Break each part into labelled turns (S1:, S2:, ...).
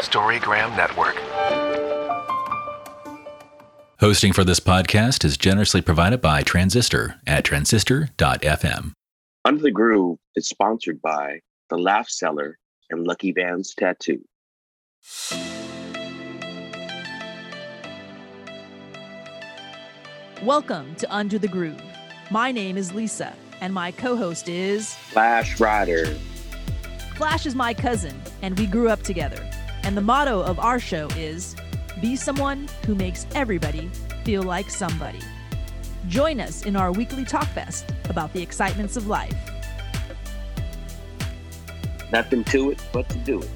S1: Storygram Network.
S2: Hosting for this podcast is generously provided by Transistor at transistor.fm.
S3: Under the Groove is sponsored by The Laugh Cellar and Lucky Van's Tattoo.
S4: Welcome to Under the Groove. My name is Lisa, and my co host is
S3: Flash Rider.
S4: Flash is my cousin, and we grew up together. And the motto of our show is Be someone who makes everybody feel like somebody. Join us in our weekly talk fest about the excitements of life.
S3: Nothing to it but to do it.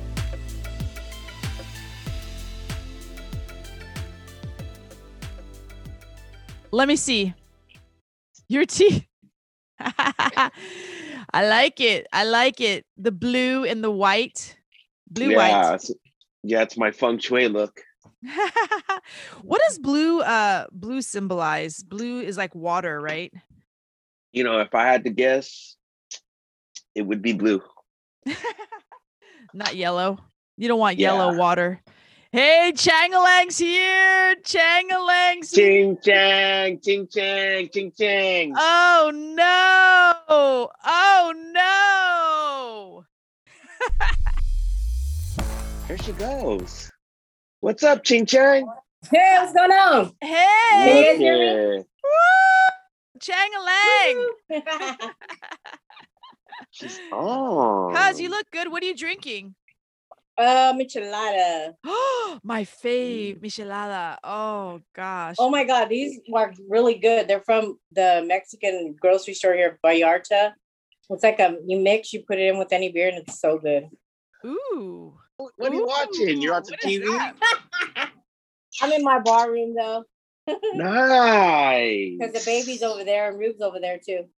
S4: Let me see. Your teeth. I like it. I like it. The blue and the white. Blue
S3: yeah,
S4: white.
S3: It's, yeah, it's my feng shui look.
S4: what does blue uh blue symbolize? Blue is like water, right?
S3: You know, if I had to guess, it would be blue.
S4: Not yellow. You don't want yellow
S3: Yeah.
S4: water. Hey, Changalang's here. Changalang's here.
S3: Ching chang, ching chang, ching chang.
S4: Oh no. Oh
S3: There she goes. What's up, ching chang?
S5: Hey, what's going on?
S4: no. Hey.
S5: Hey. hear
S3: Yeah.
S4: Woo! Changalang.
S3: She's on.
S4: Cuz you look good. What are you drinking?
S5: uh, michelada.
S4: my
S3: Mm.
S4: fave, Michelada. Oh gosh.
S5: Oh my God, these are really good. They're from the Mexican grocery store here, Vallarta. It's like a you mix, you put it in with any beer, and it's so good.
S4: Ooh.
S3: What are you watching? You're on the
S4: What is
S3: TV?
S4: that?
S5: I'm in my bar room though,
S3: Nice.
S5: because the baby's over there and Rube's over there too.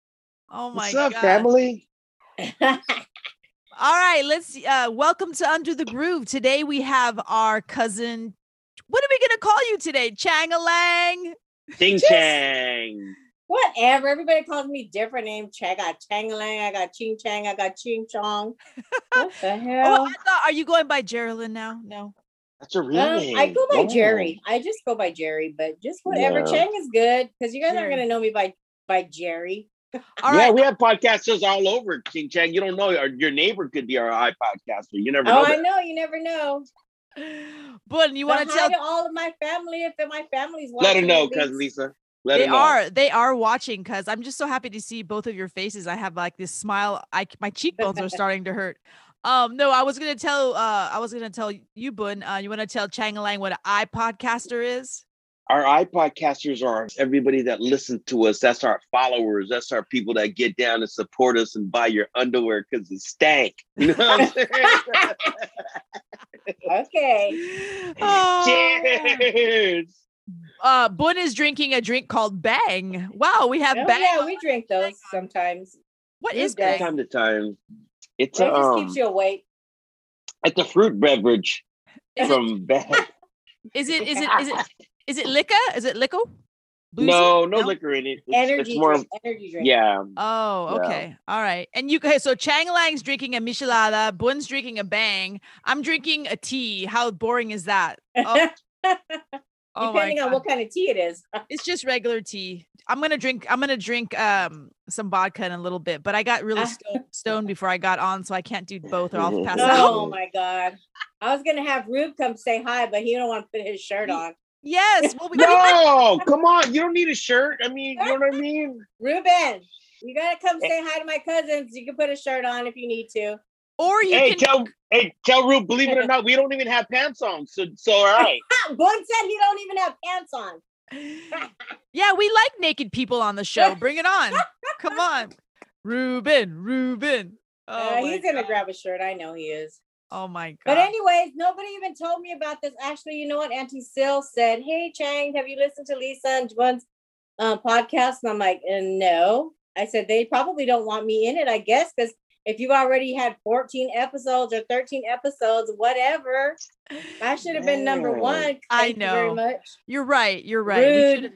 S4: Oh my
S3: What's
S4: god.
S3: up, family?
S4: All right, let's uh welcome to Under the Groove. Today we have our cousin what are we gonna call you today? Oh, Changalang.
S3: Ching
S4: Just-
S3: chang.
S5: Whatever. Everybody calls me different names. I got Changalang, I got Ching Chang, I got Ching Chong. What the
S4: Oh,
S5: hell?
S4: I thought, are you going by Geraldine now? No.
S3: That's a real
S5: Um,
S3: name.
S5: I go by
S3: Wow.
S5: Jerry. I just go by Jerry, but just whatever.
S3: Yeah.
S5: Chang is good because you guys aren't
S4: Jerry.
S5: gonna know me by by Jerry.
S4: All
S3: yeah,
S4: right.
S3: we have podcasters all over, Ching Chang. You don't know our, your neighbor could be our eye podcaster. You never know.
S5: Oh, I
S3: that.
S5: know. You never know.
S4: But you want to
S5: But hi
S4: tell
S5: to all of my family if my family's watching.
S3: Let her know,
S5: please.
S3: cousin Lisa. Let
S4: they
S3: her know.
S4: are they are watching because I'm just so happy to see both of your faces. I have like this smile. I c- my cheekbones are starting to hurt. Um, no, I was gonna tell uh I was gonna tell you, Bun, uh, you want to tell Changalang what an eye podcaster is?
S3: Our eye podcasters are everybody that listens to us. That's our followers. That's our people that get down and support us and buy your underwear because it stank. You know what I'm saying?
S5: Okay.
S4: Oh.
S3: Cheers.
S4: Uh, Bun is drinking a drink called Bang. Wow, we have
S5: Oh,
S4: Bang.
S5: yeah, we drink those sometimes.
S4: what
S5: we
S4: is
S3: From
S5: drink
S4: Bang?
S3: time to time. It's
S5: It
S3: a,
S5: just
S3: um,
S5: keeps you awake.
S3: it's a fruit beverage
S4: Is it-
S3: from Bang.
S4: Is it is it is it is it liquor? Is it liquor? Boozy?
S3: No, no
S4: No?
S3: liquor in it. It's,
S5: Energy
S3: it's more,
S5: drink. Energy drink.
S3: yeah.
S4: Oh,
S3: Yeah.
S4: okay. All right. And you guys, so Chang Lang's drinking a Michelada, Bun's drinking a Bang. I'm drinking a tea. How boring is that? Oh, oh my
S5: Depending on
S4: God.
S5: what kind of tea it is.
S4: it's just regular tea. I'm gonna drink. I'm gonna drink um some vodka in a little bit, but I got
S5: Ah.
S4: really stoned, stoned before I got on, so I can't do both, or
S3: Mm-hmm.
S4: I'll pass out.
S5: Oh my God. I was gonna have Rube come say hi, but he don't want to put his shirt on.
S4: Yes. Well, we
S3: No, come on. You don't need a shirt. I mean, you know what I mean?
S5: Ruben, you gotta
S4: Eh.
S5: come say hi to my cousins. You can put a shirt on if you need to.
S4: or you
S3: hey,
S4: can.
S3: tell hey, tell Rube, believe it or not, we don't even have pants on. So so all right.
S5: Ah, Boone said he don't even have pants on.
S4: yeah, we like naked people on the show. Bring it on. Come on, Ruben. Ruben. Oh,
S5: Uh,
S4: my
S5: he's gonna
S4: God.
S5: grab a shirt. I know he is.
S4: Oh my god.
S5: But anyways, nobody even told me about this. Actually, you know what? Auntie Sil said, "Hey Chang, have you listened to Lisa and Juan's uh, podcast?" And I'm like, "Uh, "No." I said they probably don't want me in it. I guess because if you already had 14 episodes or 13 episodes, whatever, I should have been number
S3: Yeah.
S5: one. Thank
S4: I
S5: you very
S4: know.
S5: much.
S4: You're right. You're right. We
S5: Rude.
S4: should.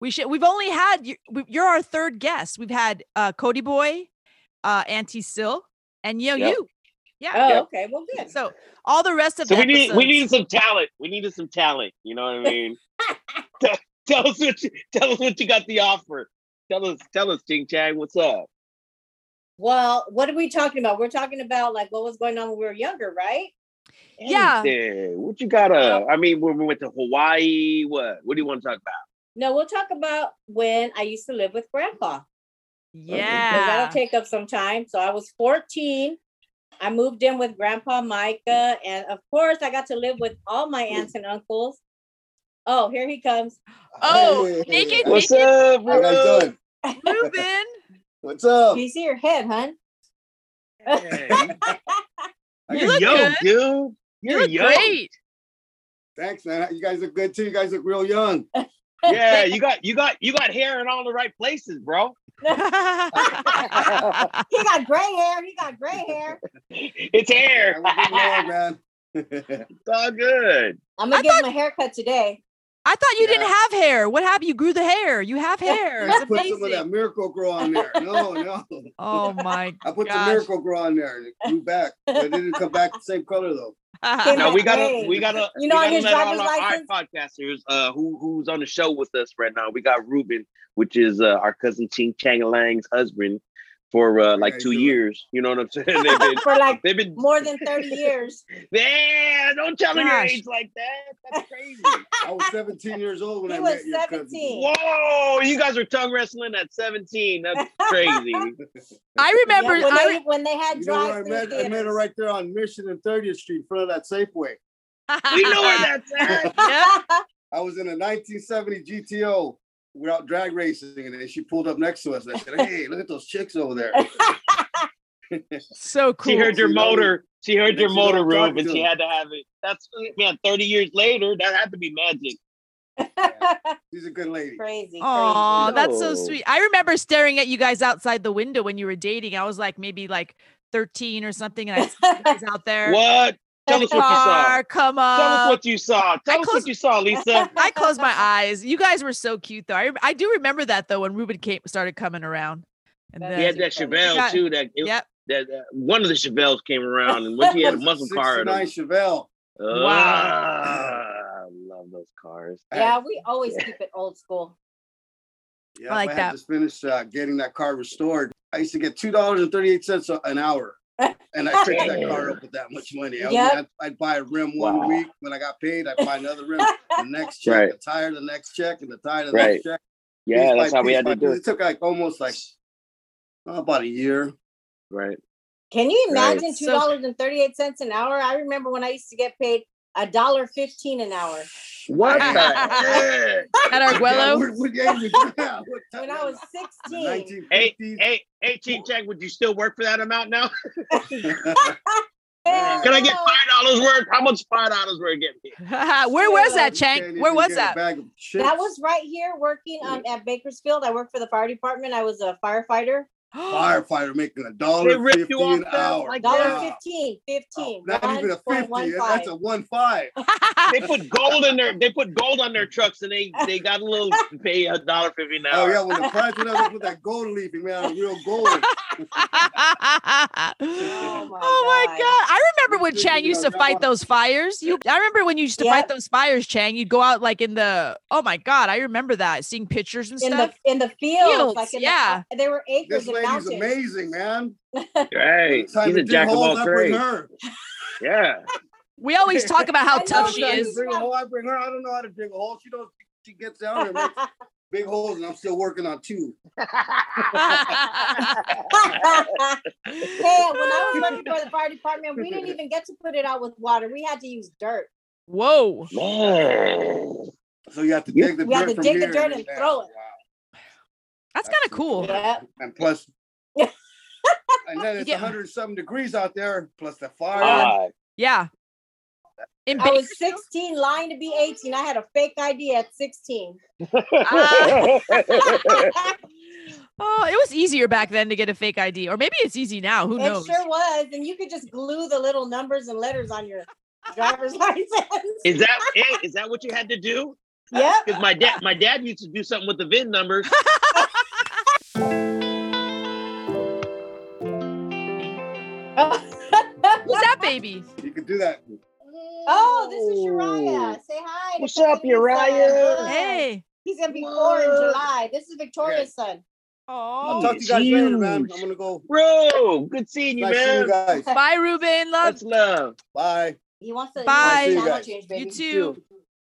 S4: We should. We've only had. you- we- You're our third guest. We've had uh, Cody Boy, uh, Auntie Sill, and Yo
S3: Yep.
S4: You. Yeah.
S5: Oh,
S3: Yep.
S5: okay. Well, good.
S4: So all the rest of
S3: So
S4: the
S3: we need we
S4: episodes-
S3: need some talent. We needed some talent. You know what I mean? tell, tell us what you, tell us what you got the offer. Tell us tell us Ching Chang, what's up?
S5: Well, what are we talking about? We're talking about like what was going on when we were younger, right?
S4: Yeah.
S3: Anything. What you got up? I mean, when we went to Hawaii, what? What do you want to talk about?
S5: No, we'll talk about when I used to live with grandpa. 'cause
S4: Yeah.
S5: That'll take up some time. So I was 14. I moved in with grandpa Micah. And of course, I got to live with all my aunts and uncles. Oh, here he comes.
S4: Oh, naked,
S3: What's
S4: naked,
S3: up,
S6: How you guys
S3: bro?
S6: doing?
S4: move in.
S6: What's
S4: Oh.
S6: up?
S5: Do you see your head, hun?
S4: You
S3: You're
S4: look
S3: young,
S4: good.
S3: dude.
S4: You
S3: You're
S4: look
S3: young.
S4: great.
S6: Thanks, man. You guys look good too. You guys look real young.
S3: Yeah, you got you got you got hair in all the right places, bro.
S5: He got gray hair. He got gray hair.
S3: It's hair.
S6: I
S3: it's
S6: look good now, man.
S3: all good.
S5: I'm going to give him a haircut today.
S4: I thought you didn't
S6: Yeah.
S4: have hair. What happened? You grew the hair. You have hair. It's
S6: I put some of that
S4: amazing.
S6: Miracle Grow on there. No, no.
S4: Oh my
S6: I put
S4: Gosh.
S6: some Miracle Grow on there. and It grew back, but it didn't come back the same color though.
S4: god.
S3: No, we gotta
S5: Hey.
S3: we gotta
S5: You know,
S3: we
S5: on
S3: gotta
S5: his
S3: let all
S5: driver's
S3: our, our
S5: license-
S3: podcasters uh who who's on the show with us right now. We got Ruben, which is uh, our cousin Ching Chang Lang's husband for uh, like
S6: How you
S3: two
S6: doing?
S3: years. You know what I'm saying? They've been
S5: For like
S3: they've been
S5: more than 30 years.
S3: Yeah, don't tell them your
S4: Gosh.
S3: age like that. That's crazy.
S6: I was 17 years old when
S5: He
S6: I
S5: was
S6: met your
S5: 17.
S3: Whoa, you guys were tongue wrestling at 17. That's crazy.
S6: cousin.
S4: I
S5: Yeah,
S4: remember.
S5: when,
S4: I
S5: they, when they had
S6: You know where I
S5: drive
S6: met? I met her right there on Mission and 30th Street in front of that Safeway.
S4: re-
S3: We know where that's at.
S6: I was in a 1970 GTO. We're out drag racing, and then she pulled up next to us. And I said, "Hey, look at those chicks over there."
S4: so cool.
S3: She heard your
S6: You know,
S3: motor. She heard
S6: and
S3: your
S6: then she don't
S3: motor
S6: talk
S3: roof and
S6: to
S3: she
S6: him.
S3: had to have it. That's man, 30 years later, that had to be magic.
S6: She's a good lady.
S5: crazy.
S4: Oh, that's so
S3: No.
S4: sweet. I remember staring at you guys outside the window when you were dating. I was like maybe like 13 or something, and I saw you guys out there.
S3: What? Tell
S4: in
S3: us
S4: the
S3: what you saw.
S4: car, Come
S3: Tell us
S4: on.
S3: what you saw. Tell us
S4: closed-
S3: what you saw, Lisa.
S4: I closed my eyes. You guys were so cute, though. I, rem- I do remember that though when Ruben came started coming around. And
S5: That
S3: He had
S4: then,
S3: that Chevelle
S4: Yeah.
S3: too. That, it-
S4: yep.
S3: that uh, one of the Chevelles came around and when she had a muscle car. in
S6: 69
S3: them.
S6: Chevelle.
S3: Ah, I love those cars.
S5: Yeah, we always keep it old school.
S6: Yeah,
S4: like
S6: I had
S4: that.
S6: just finished uh, getting that car restored. I used to get two dollars and thirty-eight cents an hour, and I fixed that car up with that much money. I
S5: Yep.
S6: would, I'd, I'd buy a rim one
S3: Wow.
S6: week when I got paid. I'd buy another rim the next check,
S3: Right.
S6: the tire the next check, and the tire the
S3: Right.
S6: next check.
S3: Yeah,
S6: Piece
S3: that's
S6: by
S3: how we
S6: piece
S3: had
S6: by
S3: to do
S6: piece.
S3: it.
S6: It took like almost like oh, about a year.
S3: Right.
S5: Can you
S6: Right.
S5: imagine two
S4: So-
S5: dollars and thirty eight cents an hour? I remember when I used to get paid a dollar fifteen an hour
S3: What
S4: the heck? At
S6: Yeah,
S4: Arguello.
S6: what- what game was that? What time
S5: when I was
S6: that? The
S5: sixteen.
S6: 1950s?
S3: Hey, hey, Chief Jack, would you still work for that amount now?
S5: Hell
S3: Can I get
S5: no.
S3: five dollars worth? How much five dollars worth get me?
S4: Where was that,
S6: Can't
S4: Chank?
S6: even
S4: Where was
S6: get a
S4: that?
S6: bag of chips.
S5: That was right here working um, at Bakersfield. I worked for the fire department. I was a firefighter.
S6: firefighter making a
S3: They
S6: dollar
S3: ripped
S6: fifty
S3: you off
S6: an
S3: fast
S6: hour.
S3: like
S5: Dollar
S3: that.
S5: fifteen, fifteen.
S6: Not even a 50.
S5: 1.15.
S6: That's a one five.
S3: They put gold in their they put gold on their trucks and they they got a little pay a dollar fifty an
S6: Oh
S3: hour.
S6: yeah, when the price went up, they put that gold leafing man, real gold.
S5: Oh my,
S4: Oh my
S5: God.
S4: god! I remember when
S6: Dude,
S4: Chang
S6: you
S4: used to
S6: know,
S4: fight
S6: that one-
S4: those fires. You, I remember when you used to fight
S5: Yep.
S4: those fires, Chang. You'd go out like in the. Oh my god! I remember that seeing pictures and
S5: In
S4: stuff.
S5: the in the fields,
S4: Fields,
S5: like in
S4: yeah.
S5: the, there were acres and
S6: This lady's
S5: mountains.
S6: amazing, man.
S3: Right.
S6: Time
S3: He's a
S6: to dig
S3: jack of
S6: holes,
S3: all
S6: I bring
S3: trades.
S6: her.
S3: Yeah.
S4: we always talk about how
S5: I
S4: tough
S5: know
S4: she
S6: Every time you
S4: is.
S6: Bring a hole, I bring her. I don't know how to dig a hole. She don't. She gets down there, makes big holes, and I'm still working on two.
S5: Yeah, when I was working for the fire department, we didn't even get to put it out with water. We had to use dirt.
S4: Whoa!
S3: Man.
S6: So you have to
S3: You-
S6: dig the
S5: You
S6: dirt
S5: have to
S6: from
S5: dig the
S6: here
S5: dirt
S6: then
S5: and
S6: down.
S5: throw it.
S4: That's kind of cool.
S5: Yeah.
S6: And plus, and then it's
S4: Yeah.
S6: 100 and something degrees out there, plus the fire.
S3: God.
S4: Yeah. In
S5: I was
S4: Bakersfield?
S5: 16, lying to be 18. I had a fake ID at 16.
S3: yeah,
S4: Oh, it was easier back then to get a fake ID, or maybe it's easy now. Who
S5: it
S4: knows?
S5: sure was. And you could just glue the little numbers and letters on your driver's license.
S3: is that hey, is that what you had to do?
S5: Yep.
S3: Because my dad my dad used to do something with the VIN numbers.
S5: What's
S4: baby.
S6: You could do that.
S5: Oh, this is Uriah. Say hi. to
S3: What's up,
S5: Victoria's
S3: Uriah?
S5: son. Hi.
S4: Hey.
S5: He's gonna be four in
S3: What?
S5: July. This is Victoria's son.
S6: I'll
S4: Oh.
S6: talk to you guys later, man.
S3: Huge.
S6: I'm gonna go.
S3: Bro, good seeing you,
S6: Nice seeing you
S3: man.
S6: guys.
S4: Bye, Ruben. Love
S3: That's love.
S6: Bye.
S5: He wants to he
S4: Bye.
S5: wants a
S6: See you
S5: channel
S6: guys.
S5: change,
S4: you
S5: baby.
S4: too.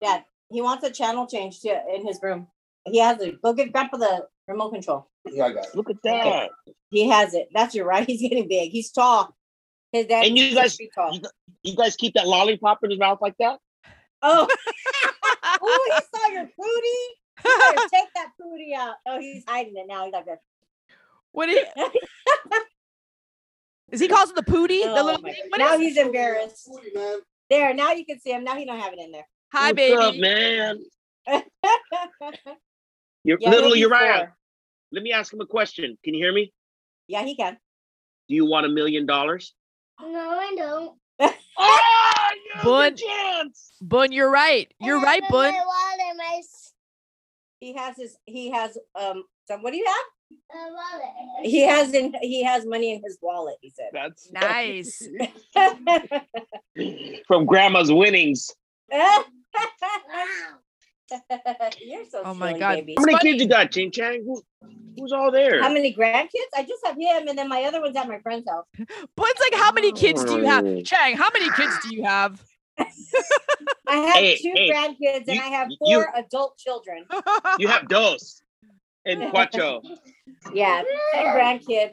S5: Yeah, he wants a channel change too in his room. He has it. Go get grab for the remote control.
S6: Yeah, I got it.
S3: Look at that.
S5: He has it. That's your right. He's getting big. He's tall. His dad
S3: And you
S5: is
S3: guys-
S5: pretty tall.
S3: You guys keep that lollipop in his mouth like that?
S5: Oh, oh, he saw your booty. You better Take that booty out. Oh, he's hiding it now. He's like, this.
S4: What is? Is he calls it the pooty? the
S5: Oh
S4: little
S5: my
S4: thing?
S5: God.
S4: What
S5: now
S4: is-
S5: he's embarrassed.
S6: Man.
S5: There, now you can see him. Now he don't have it in there.
S4: Hi,
S3: What's
S4: baby.
S3: up, man? You're,
S5: Yeah,
S3: little
S5: he'll be
S3: Uriah.
S5: four.
S3: Let me ask him a question. Can you hear me?
S5: Yeah, he can.
S3: Do you want a million dollars?
S7: No, I don't.
S3: Oh, you
S4: Bud.
S3: chance.
S4: Bun, you're right. You're
S7: And
S4: right,
S7: I'm in
S4: Bun.
S7: My wallet, and my s-
S5: He has his. He has um. Some. What do you have?
S7: uh, wallet.
S5: He has in. He has money in his wallet. He said.
S3: That's
S4: Nice.
S3: From grandma's winnings.
S5: You're so.
S4: Oh my
S5: silly,
S4: God.
S5: Baby.
S3: How many
S4: Funny.
S3: kids you got, Ching Chang? Who, who's all there?
S5: How many grandkids? I just have him, and then my other one's at my friend's house.
S4: Bun's like, how many kids do you have?
S3: Mm.
S4: Chang, how many kids do you have?
S5: I have
S3: Hey,
S5: two
S3: hey,
S5: grandkids, and
S3: you-
S5: I have
S3: you-
S5: four adult children.
S3: You have dos and cuatro.
S5: Yeah, and grandkid.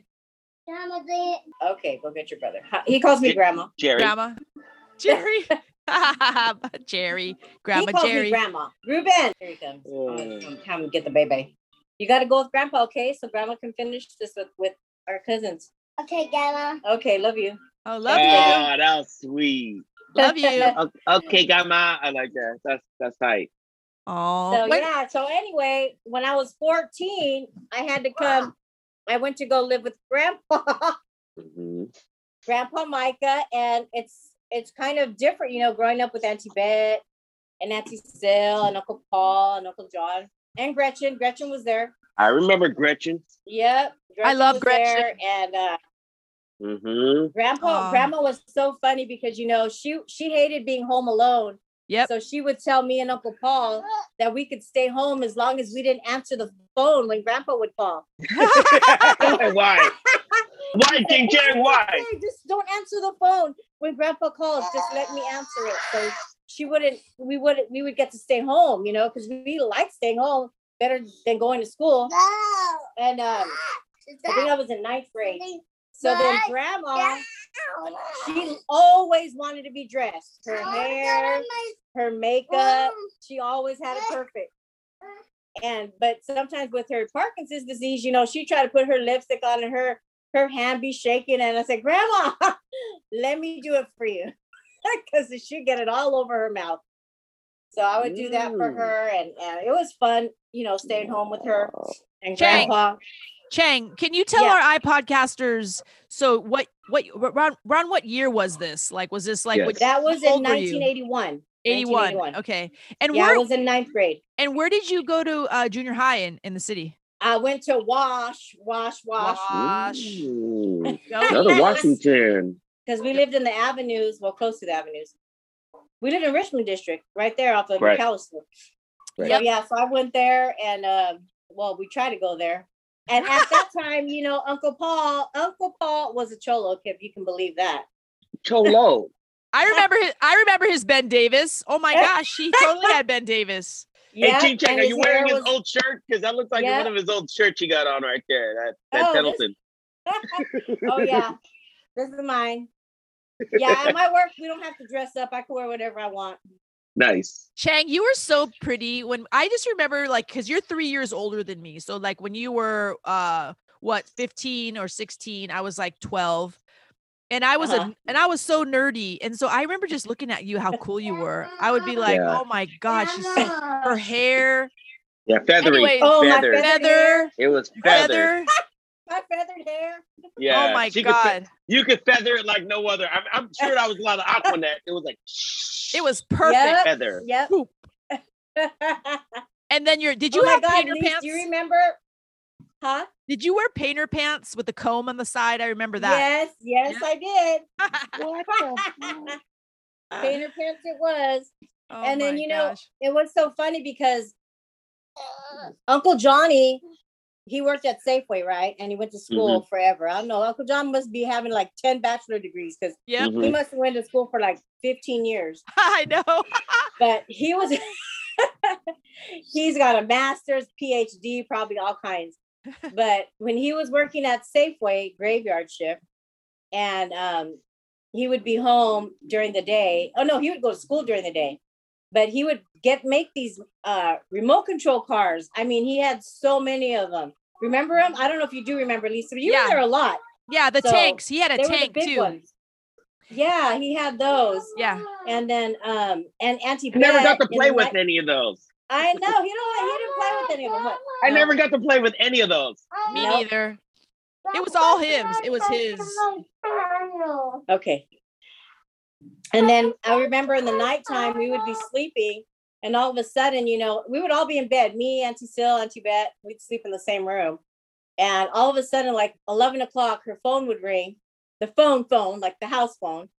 S7: Grandma did.
S5: Okay, go get your brother. Huh, He calls me
S3: Did-
S5: grandma.
S3: Jerry.
S4: Grandma. Jerry. Jerry.
S5: he
S4: Grandma
S5: calls
S4: Jerry.
S5: Me grandma. Ruben. Here he comes. I'm
S3: Mm.
S5: gonna come- Come get the baby. You got to go with grandpa, okay? So grandma can finish this with, with our cousins.
S7: Okay, Grandma.
S5: Okay, love you.
S4: oh, love
S3: Ah, that was sweet.
S4: you. Love you.
S3: O- Okay, grandma. I like that. That's that's tight.
S4: Oh,
S5: So yeah. So anyway, when I was 14, I had to come. I went to go live with grandpa,
S3: Mhm.
S5: grandpa Micah, and it's it's kind of different, you know, growing up with Auntie Bet and Auntie Sil and Uncle Paul and Uncle John and Gretchen. Gretchen was there.
S3: I remember Gretchen.
S5: Yep. Gretchen
S4: love
S5: was there, and uh,
S3: hmm
S5: grandpa
S4: Aw.
S5: grandma was so funny because you know she she hated being home alone
S4: yep.
S5: so she would tell me and uncle
S7: Oh.
S5: paul that we could stay home as long as we didn't answer the phone when grandpa would call
S3: Why? Why, Ching Chang? Why?
S5: "Hey, just don't answer the phone when grandpa calls just let me answer it so she wouldn't we wouldn't we would get to stay home you know because we like staying home better than going to school
S7: No.
S5: and um
S7: Is
S5: i think i
S7: that
S5: was in ninth grade
S7: something
S5: so then
S7: Right.
S5: grandma
S7: down?
S5: she always wanted to be dressed her
S7: I wanna go
S5: hair
S7: to my
S5: her makeup
S7: room.
S5: she always had it perfect. And but sometimes with her Parkinson's disease, you know, she tried to put her lipstick on and her her hand be shaking. And I said, Grandma, let me do it for you. Because she'd get it all over her mouth. So I would do that for
S3: Mm.
S5: her. And, and it was fun, you know, staying home with her and
S4: Chang.
S5: grandpa.
S4: Chang, can you tell
S5: Yeah.
S4: our iPodcasters? So what what around, around what year was this? Like was this like
S3: Yes.
S4: what,
S5: That was
S4: How
S5: in
S4: old were you?
S5: 1981.
S4: 81.
S5: 1981.
S4: Okay. And
S5: Yeah, I
S4: where
S5: was in ninth grade.
S4: and where did you go to uh, junior high in, in the city?
S5: I went to Wash, Wash, Wash.
S4: Wash.
S3: Ooh,
S4: Go
S3: Mm, Another
S4: Eagles.
S3: Washington.
S5: because we lived in the avenues, well, close to the avenues. We lived in Richmond District, right there off of
S3: Right.
S5: McAllister.
S3: Right.
S5: So, yeah, so I went there and, um, well, we tried to go there. And at that time, you know, Uncle Paul, Uncle Paul was a cholo, if you can believe that.
S3: Cholo.
S4: I remember his I remember his Ben Davis. Oh my gosh, he totally had Ben Davis.
S5: Yeah,
S3: hey, Ching Chang,
S5: and
S3: are you
S5: his hair
S3: wearing his
S5: was-
S3: old shirt? Because that looks like
S5: Yeah.
S3: one of his old shirts you got on right there. That that
S5: Oh,
S3: Pendleton.
S5: oh yeah, this is mine. Yeah, at my work, we don't have to dress up. I can wear whatever I want.
S3: Nice.
S4: Chang, you were so pretty when I just remember like cuz you're 3 years older than me. So like when you were uh what 15 or 16, I was like 12. And I was
S5: Uh-huh.
S4: a, and I was so nerdy. And so I remember just looking at you how cool you were. I would be like,
S3: Yeah.
S4: "Oh my god, she's so, her hair,
S3: Yeah, feathery.
S4: Anyway-
S5: Oh, my
S3: feathered.
S5: feather- Oh
S4: feather,
S3: It was feathered.
S4: feather."
S5: My feathered hair.
S3: Yeah.
S4: oh my
S3: she could fe-
S4: god.
S3: you could feather it like no other. I'm, I'm sure that was a lot of Aquanet. It was like
S4: It was perfect.
S5: Yep.
S3: feather.
S5: Yep.
S4: Poop. And then your did you
S5: oh
S4: have
S5: my God,
S4: painter
S5: Lise,
S4: pants?
S5: Do you remember Huh?
S7: Did you wear painter pants with the comb on the side? I remember that.
S5: Yes, yes,
S7: Yeah.
S5: I did.
S8: What the fuck?
S4: Uh.
S5: Painter pants it was.
S7: Oh
S5: And then,
S7: my
S5: you know,
S7: gosh.
S5: It was so funny because uh, Uncle Johnny, he worked at Safeway, right? And he went to school forever. I don't know. Uncle John must be having like 10 bachelor degrees because
S7: Yep.
S5: he
S3: Mhm.
S5: must have went to school for like 15 years.
S7: I know.
S5: But he was he's got a master's, PhD, probably all kinds. But when he was working at Safeway graveyard shift, and um, he would be home during the day. Oh no, he would go to school during the day, but he would get make these uh, remote control cars. I mean, he had so many of them. Remember them? I don't know if you do remember, Lisa. But you
S7: Yeah.
S5: were there a lot.
S7: Yeah, the
S5: So,
S7: tanks. He had a
S5: they
S7: tank
S5: were the big
S7: too.
S5: ones. Yeah, he had those.
S7: Yeah.
S5: And then um and Auntie
S3: I never got to
S5: Bet in
S3: play
S5: the
S3: with
S5: night-
S3: any of those.
S5: I know he don't. He didn't play with any of them. What?
S3: I never got to play with any of those.
S7: Me
S5: Nope.
S7: neither. It was all his. It was his.
S5: Okay. And then I remember in the nighttime we would be sleeping, and all of a sudden, you know, we would all be in bed. Me, Auntie Sil, Auntie Bet, we'd sleep in the same room. And all of a sudden, like eleven o'clock, her phone would ring, the phone phone, like the house phone,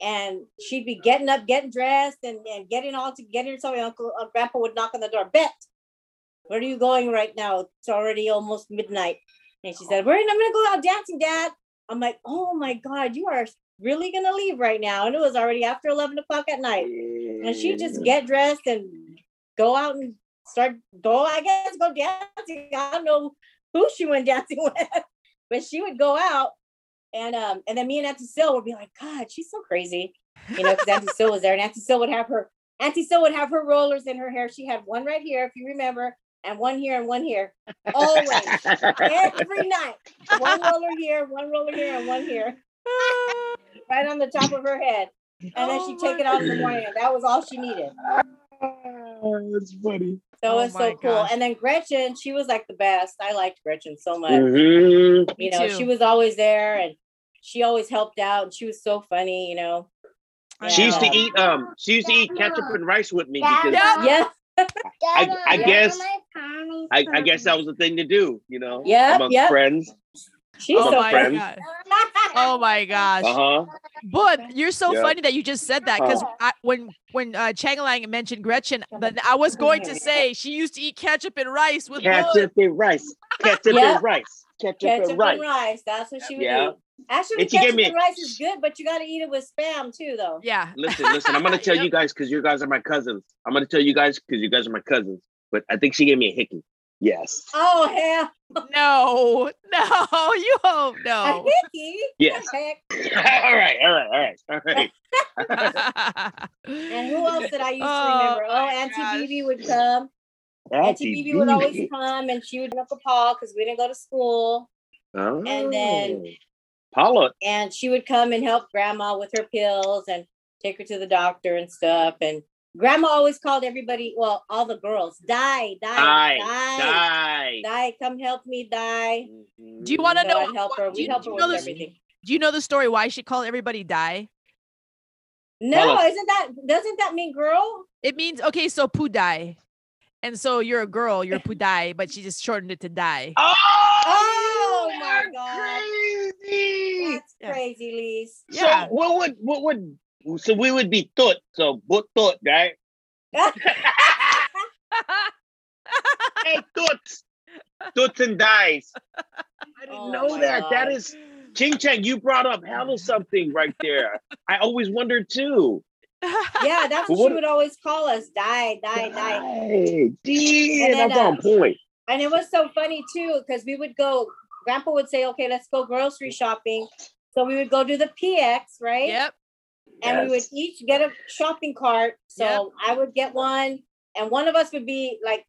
S5: and she'd be getting up, getting dressed, and, and getting all to getting herself. And Uncle uh, Grandpa would knock on the door. Bet, where are you going right now? It's already almost midnight. And she said, "We're I'm gonna go out dancing, Dad." I'm like, "Oh my God, you are really gonna leave right now?" And it was already after eleven o'clock at night. And she just get dressed and go out and start go. I guess go dancing. I don't know who she went dancing with, but she would go out. And um, and then me and Auntie Sil would be like, God, she's so crazy, you know, because Auntie Sil was there, and Auntie Sil would have her Auntie Sil would have her rollers in her hair. She had one right here, if you remember, and one here and one here, always every night. One roller here, one roller here, and one here, right on the top of her head. And then she'd take it off in the morning. and That was all she needed.
S3: That's funny.
S5: So
S7: Oh
S5: it was so
S7: my
S5: cool.
S7: gosh.
S5: And then Gretchen, she was like the best. I liked Gretchen so much.
S3: Mhm.
S5: You
S7: Me
S5: know,
S7: too.
S5: she was always there and she always helped out and she was so funny, you know.
S7: I
S3: She used to
S7: know.
S3: eat um she used to eat ketchup and rice with me because
S7: Yeah.
S5: uh, Yeah,
S3: I- I guess- I, I guess that was the thing to do, you know,
S5: Yep,
S3: amongst
S5: yep.
S3: friends.
S5: she's
S3: Oh
S5: so
S7: my
S3: friends.
S5: funny.
S7: god. Oh my gosh.
S3: Uh huh.
S7: But you're so
S3: Yeah.
S7: funny that you just said that because
S8: Uh-huh.
S7: when when uh, Changelang mentioned Gretchen, then I was going to say she used to eat ketchup and rice with Bud.
S3: Ketchup and rice. Ketchup
S5: Yeah.
S3: and rice. Ketchup,
S5: Ketchup
S3: and rice.
S5: and rice. That's what she would
S3: Yeah.
S5: eat. Actually,
S3: And she gave
S5: ketchup
S3: me a-
S5: and rice is good, but you got to eat it with spam too, though.
S7: Yeah.
S3: Listen, listen, I'm gonna tell you guys because you guys are my cousins. I'm gonna tell you guys because you guys are my cousins. But I think she gave me a hickey. Yes.
S5: Oh, hell.
S7: No, no, you hope
S5: A
S7: no.
S5: hickey?
S3: Yes.
S5: The heck?
S3: all right, all right, all right, all right.
S5: And who else did I used to
S7: Oh,
S5: remember? Oh,
S7: my
S5: Auntie
S7: gosh.
S5: Bibi would come. Auntie Bibi would always come and she would Uncle Paul because we didn't go to school.
S3: Oh.
S5: and then-
S3: Paula.
S5: and she would come and help grandma with her pills and take her to the doctor and stuff and grandma always called everybody well all the girls die die
S3: Die,
S5: die
S3: Die. Mm-hmm.
S5: die come help me die
S7: Do you want to
S5: So
S7: know?
S5: I'd help
S7: what-
S5: her
S7: do
S5: we
S7: you-
S5: help
S7: do
S5: her
S7: you
S5: with
S7: know this-
S5: everything
S7: Do you know the story why she called everybody die?
S5: no
S3: us.
S5: isn't that doesn't that mean girl
S7: It means okay, so pudai. And so you're a girl, you're pudai, but she just shortened it to die.
S3: Oh,
S5: Oh,
S3: you
S5: my
S3: are
S5: God.
S3: Crazy.
S5: that's
S7: Yeah.
S5: crazy lise
S7: Yeah.
S3: So what would what would so we would be thought so but thought right? hey thoughts, thoughts and dies. I didn't
S5: Oh
S3: know
S5: my
S3: that. That
S5: God.
S3: is Ching Chang. You brought up hell of something right there. I always wondered too.
S5: yeah that's
S3: But
S5: what
S3: what-
S5: she would always call us die die die
S3: Hey, damn,
S5: And then,
S3: that's on
S5: uh,
S3: point.
S5: And it was so funny too, because we would go, grandpa would say, okay, let's go grocery shopping. So we would go do the PX, right?
S7: Yep.
S5: And we would
S3: Yes.
S5: each get a shopping cart. So
S7: Yep.
S5: I would get one, and one of us would be like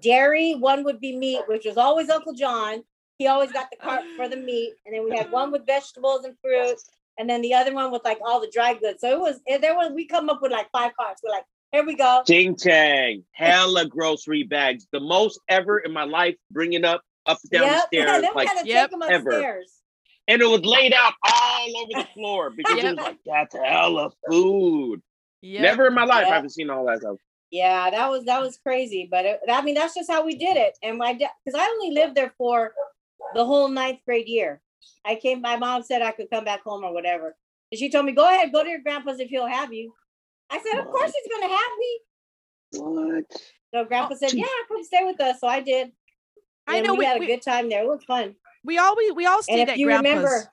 S5: dairy, one would be meat, which was always Uncle John. He always got the cart for the meat. And then we had one with vegetables and fruit, and then the other one with like all the dry goods. So it was, and there was, we come up with like five carts. We're like, here we go.
S3: Ching Chang, hella grocery bags. The most ever in my life bringing up up down
S5: Yep.
S3: the
S5: And
S3: stairs.
S5: then we
S3: Like
S5: had to
S7: yep,
S5: take them
S3: ever.
S5: upstairs.
S3: and it was laid out all over the floor because it was
S7: Yep.
S3: like that's hella food.
S7: Yep.
S3: Never in my life
S5: Yep.
S3: have I seen all that stuff.
S5: Yeah, that was that was crazy, but it, I mean that's just how we did it. And my dad, because I only lived there for the whole ninth grade year. I came. My mom said I could come back home or whatever, and she told me, "Go ahead, go to your grandpa's if he'll have you." I said, "Of course he's gonna have me."
S3: What?
S5: So Grandpa said, "Yeah, come stay with us." So I did.
S4: Oh, I
S5: And
S4: know
S5: we,
S4: we-
S5: had a
S4: we-
S5: good time there. It was fun.
S4: We all we, we all stayed
S5: And
S4: at
S5: if you
S4: grandpa's.
S5: remember,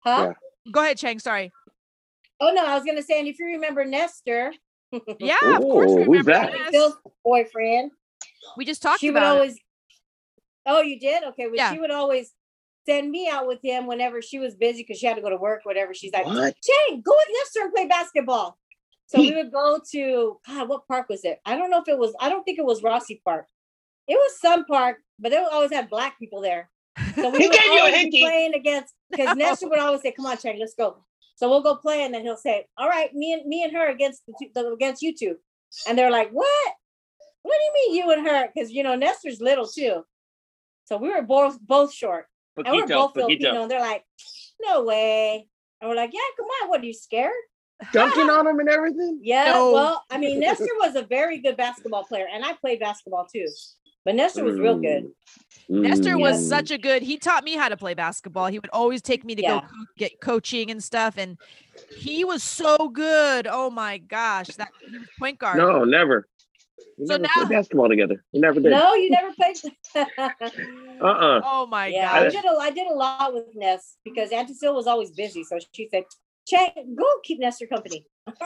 S5: huh?
S3: Yeah.
S4: Go ahead, Chang. Sorry.
S5: Oh no, I was gonna say, and if you remember Nestor,
S4: Yeah, of course.
S3: Oh,
S4: We
S3: who's
S4: remember
S3: that?
S4: Yes.
S5: Phil's boyfriend,
S4: We just talked
S5: she would
S4: about it.
S5: always. Oh, you did? Okay. Well,
S4: Yeah.
S5: she would always send me out with him whenever she was busy because she had to go to work. Whatever. She's like,
S3: What? Hmm.
S5: Jane, go with Nestor and play basketball. So we would go to God, what park was it? I don't know if it was, I don't think it was Rossi Park. It was some park, but they would always have black people there. So we
S3: He
S5: would
S3: gave you a
S5: always be
S3: hickey.
S5: playing against because Nestor would always say, Come on, Chang, let's go. So we'll go play, and then he'll say, All right, me and me and her against the, two- the against you two. And they're like, What? What do you mean you and her? Because you know, Nestor's little too. So we were both both short. And we're
S3: Paquito,
S5: both Filipino.
S3: Paquito.
S5: And they're like, no way. And we're like, yeah, come on. What are you scared?
S3: Dunking on him and everything?
S5: Yeah.
S4: No.
S5: Well, I mean, Nestor was a very good basketball player, and I played basketball too. But Nestor was real good.
S3: Mm.
S4: Nestor was
S3: Mm.
S4: such a good. He taught me how to play basketball. He would always take me to go
S5: Yeah.
S4: co- get coaching and stuff, and he was so good. Oh my gosh, that he was point guard.
S3: No, never. We
S4: So
S3: never
S4: now-
S3: played basketball together. We never did.
S5: No, you never played.
S3: Uh uh
S4: Oh my
S5: yeah,
S4: gosh.
S5: I did, a, I did a lot with Ness because Auntie Sil was always busy. So she said, Check, go keep Nestor company.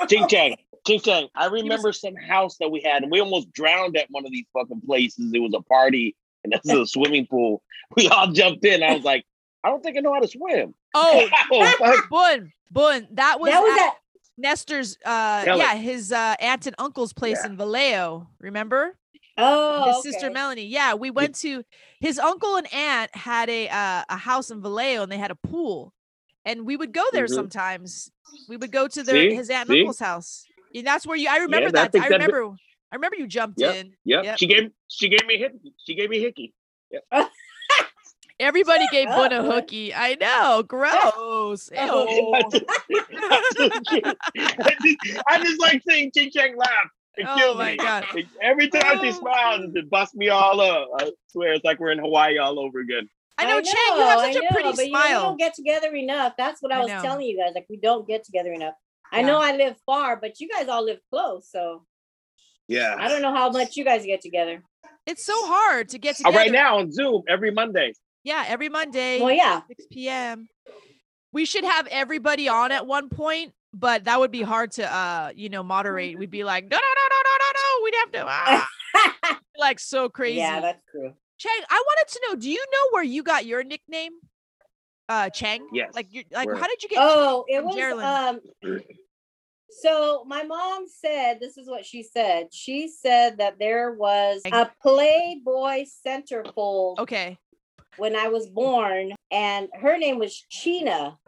S3: Ching Chang. Ching Chang. I remember some house that we had, and we almost drowned at one of these fucking places. It was a party, and this is a swimming pool. We all jumped in. I was like, I don't think I know how to swim.
S4: Oh,
S3: Oh, fuck.
S4: Bun, Bun, that was,
S5: that was
S4: at
S5: that.
S4: Nestor's. Uh,
S3: Kelly.
S4: yeah, his uh, aunt and uncle's place in Vallejo. Remember?
S5: Oh,
S4: his sister
S5: okay.
S4: Melanie. Yeah, we went to his uncle and aunt had a uh, a house in Vallejo and they had a pool, and we would go there
S3: Mhm.
S4: sometimes. We would go to their
S3: See?
S4: his aunt
S3: See?
S4: and uncle's house. And that's where you. I remember
S3: that- I
S4: that. I,
S3: think that'd be-
S4: remember. I remember you jumped
S3: Yep.
S4: in.
S3: Yep.
S4: Yep.
S3: She gave she gave me hickey. She gave me hickey.
S4: Everybody gave Bun a
S5: up, Bun.
S4: hookie. I know. Gross.
S5: Oh.
S4: Ew.
S3: I, just, I just- I just like seeing Ching Chang laugh. It
S4: Oh
S3: kills
S4: my
S3: me.
S4: God.
S3: Like, Every time she
S4: Oh.
S3: smiles, it busts me all up. I swear, it's like we're in Hawaii all over again.
S4: I know, Chang. You have
S5: know,
S4: such a
S5: I know,
S4: pretty
S5: but, you know, we
S4: smile.
S5: don't get together enough. That's what I
S4: I
S5: was
S4: know.
S5: telling you guys. Like we don't get together enough. I
S4: Yeah.
S5: know I live far, but you guys all live close, so
S3: Yeah.
S5: I don't know how much you guys get together.
S4: it's so hard to get
S3: Uh,
S4: together.
S3: right now on Zoom every Monday.
S4: Yeah, every Monday.
S5: Well, yeah,
S4: 6 p.m. We should have everybody on at one point, but that would be hard to uh, you know, moderate. We'd be like, no, no, no, no, no, no, no. We'd have to ah, like so crazy.
S5: yeah, that's true.
S4: Chang, I wanted to know, do you know where you got your nickname? Uh Chang?
S3: Yes.
S4: Like you like
S3: Where?
S4: how did you get
S5: Oh, it
S4: from
S5: was
S4: Gerland.
S5: um. So my mom said, "This is what she said. She said that there was a Playboy centerfold
S4: Okay.
S5: when I was born, and her name was Chyna,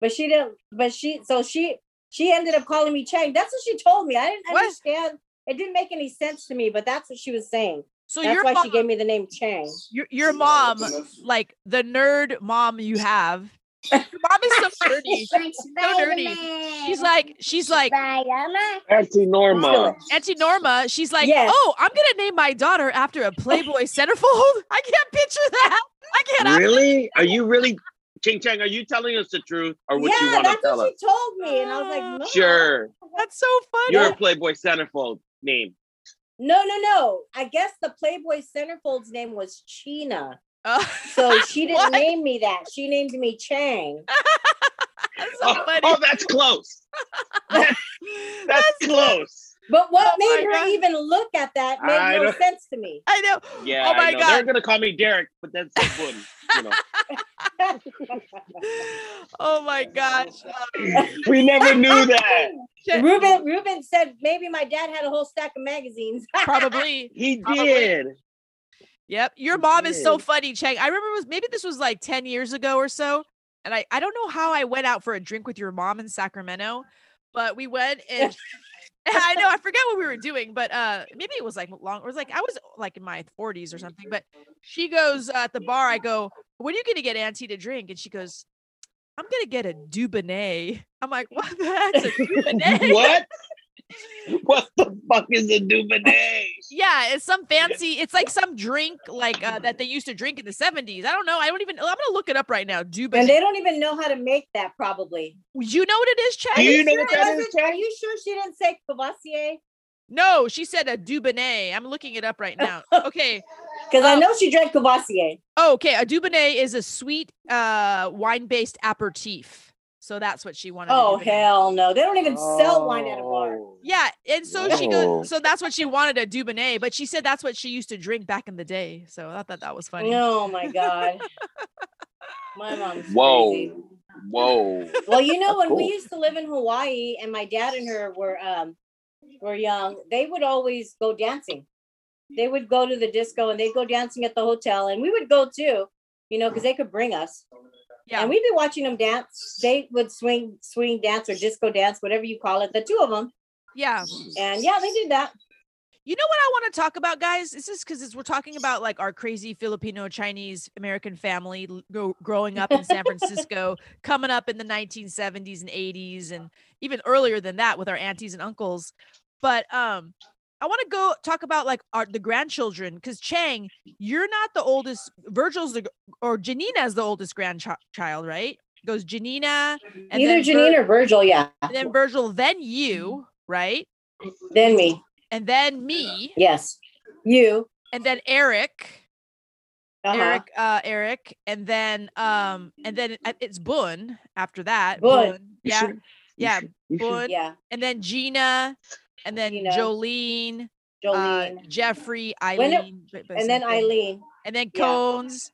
S5: but she didn't. But she so she she ended up calling me Chang. That's what she told me. I didn't
S4: What?
S5: understand. It didn't make any sense to me, but that's what she was saying.
S4: So
S5: that's
S4: your
S5: why
S4: mom,
S5: she gave me the name Chang.
S4: your, your mom, like the nerd mom you have. Your mom is so nerdy. She's like, she's like,
S7: Spider-Man.
S3: Auntie Norma.
S4: Auntie Norma, she's like,
S5: Yes.
S4: oh, I'm gonna name my daughter after a Playboy centerfold. I can't picture that. I can't.
S3: Really? Are you really Ching Chang, are you telling us the truth or what you
S5: yeah,
S3: want to
S5: that's
S3: tell
S5: what
S3: us?
S5: she told me, and I was
S4: Uh,
S5: like, no,
S3: Sure.
S4: That's so funny.
S3: You're a Playboy centerfold name.
S5: no, no, no. I guess the Playboy centerfold's name was Chyna,
S4: Uh,
S5: so she didn't
S4: What?
S5: name me that. She named me Chang.
S4: that's
S3: Oh,
S4: so funny.
S3: oh, that's close. That's close.
S5: But what
S4: Oh my
S5: made her
S4: God.
S5: even look at that made
S3: I
S5: no
S3: don't-
S5: sense to me.
S4: I know.
S3: Yeah.
S4: oh my
S3: I know. They're
S4: god.
S3: gonna call me Derek, but that's so good. You know.
S4: Oh my gosh. Uh,
S3: we never knew that.
S4: shit.
S5: Ruben Ruben said maybe my dad had a whole stack of magazines.
S4: Probably.
S3: He
S4: Probably.
S3: did.
S4: Yep. Your mom is so
S3: did.
S4: funny, Chang. I remember it was maybe this was like 10 years ago or so. And I, I don't know how I went out for a drink with your mom in Sacramento, but we went and and I know I forgot what we were doing, but uh maybe it was like long it was like I was like in my 40s or something, but she goes uh, at the bar, I go, What are you gonna get Auntie to drink? And she goes, I'm gonna get a Dubonnet. I'm like, what the heck's a Dubonnet?
S3: What? What the fuck is a Duvernay?
S4: Yeah, it's some fancy. It's like some drink like uh, that they used to drink in the seventies. I don't know. I don't even. I'm gonna look it up right now. Dubas.
S5: And they don't even know how to make that, probably.
S4: you know what it is, Chad?
S3: Do you know
S5: Sure,
S3: what
S5: it
S3: that is,
S5: wasn't- Are you sure she didn't say Cavassier?
S4: No, she said a Dubonnet. I'm looking it up right now. Okay.
S5: Because I
S4: Oh.
S5: know she drank Cavassier.
S4: Oh, okay. A Dubonnet is a sweet uh, wine-based aperitif. So that's what she wanted. a
S5: Oh
S4: Dubonnet.
S5: hell no! They don't even sell wine at a bar.
S3: Oh.
S4: Yeah, and so she
S3: Whoa.
S4: goes. So that's what she wanted a Dubonnet, but she said that's what she used to drink back in the day. So I thought that was funny.
S5: Oh my god! My mom's
S3: Whoa.
S5: crazy.
S3: Whoa.
S5: Well, you know when we
S3: Cool.
S5: used to live in Hawaii, and my dad and her were um were young, they would always go dancing. They would go to the disco and they'd go dancing at the hotel, and we would go too, you know, because they could bring us.
S4: Yeah.
S5: And we'd be watching them dance. They would swing, swing dance or disco dance, whatever you call it, the two of them.
S4: yeah.
S5: And yeah, they did that.
S4: You know what I want to talk about, guys? This is because we're talking about like our crazy Filipino Chinese American family l- grow growing up in San Francisco, coming up in the 1970s and 80s, and even earlier than that with our aunties and uncles. But um, I want to go talk about like our the grandchildren because Chang, you're not the oldest. Virgil's the, g- or Janina's the oldest grandchild, right? Goes Janina, and
S5: Either
S4: then Vir-
S5: Janine or Virgil, yeah.
S4: and then Virgil, then you, right?
S5: Then me,
S4: And then me,
S5: yes. You,
S4: and then Eric.
S5: uh-huh.
S4: Eric, uh, Eric, and then um, and then it- it's Boone after that.
S5: Boone.
S3: You
S4: yeah,
S3: should- you
S4: yeah,
S3: should- you should-
S4: Boone,
S5: yeah,
S4: and then Gina, and then
S5: Gina.
S4: Jolene,
S5: Jolene,
S4: Uh, Jeffrey, Eileen,
S5: When it-
S4: but- but
S5: and
S4: same
S5: then
S4: thing.
S5: Eileen.
S4: and then
S5: yeah.
S4: Cones,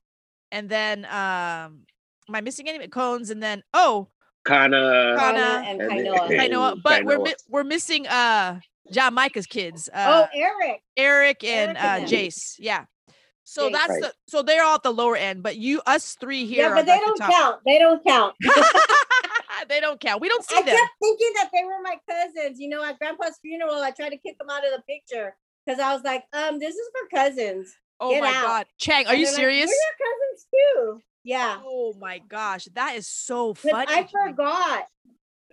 S4: and then um, am I missing any Cones? And then oh,
S3: Kana.
S5: Kana
S4: Kana
S5: and
S3: and
S5: Kainoa.
S3: then-
S4: I know,
S3: Ooh,
S4: but we're
S3: Kainoa.
S4: mi- we're missing uh, John Micah's kids, uh,
S5: Oh, Eric.
S4: Eric and
S5: Eric
S4: uh,
S5: and them.
S4: Jace, yeah. So
S5: Jace.
S4: that's
S3: Right.
S4: the, so they're all at the lower end, but you us three here.
S5: Yeah,
S4: are
S5: but they
S4: like the
S5: don't
S4: top.
S5: count. They don't count.
S4: they don't count. We don't see
S5: I
S4: them.
S5: kept thinking that they were my cousins. You know, at grandpa's funeral, I tried to kick them out of the picture because I was like, um, this is for cousins.
S4: Oh
S5: Get
S4: my
S5: out.
S4: god, Chang, are
S5: And
S4: you
S5: they're like,
S4: serious?
S5: we're your cousins too. Yeah.
S4: Oh my gosh, that is so
S5: 'Cause
S4: funny.
S5: I forgot.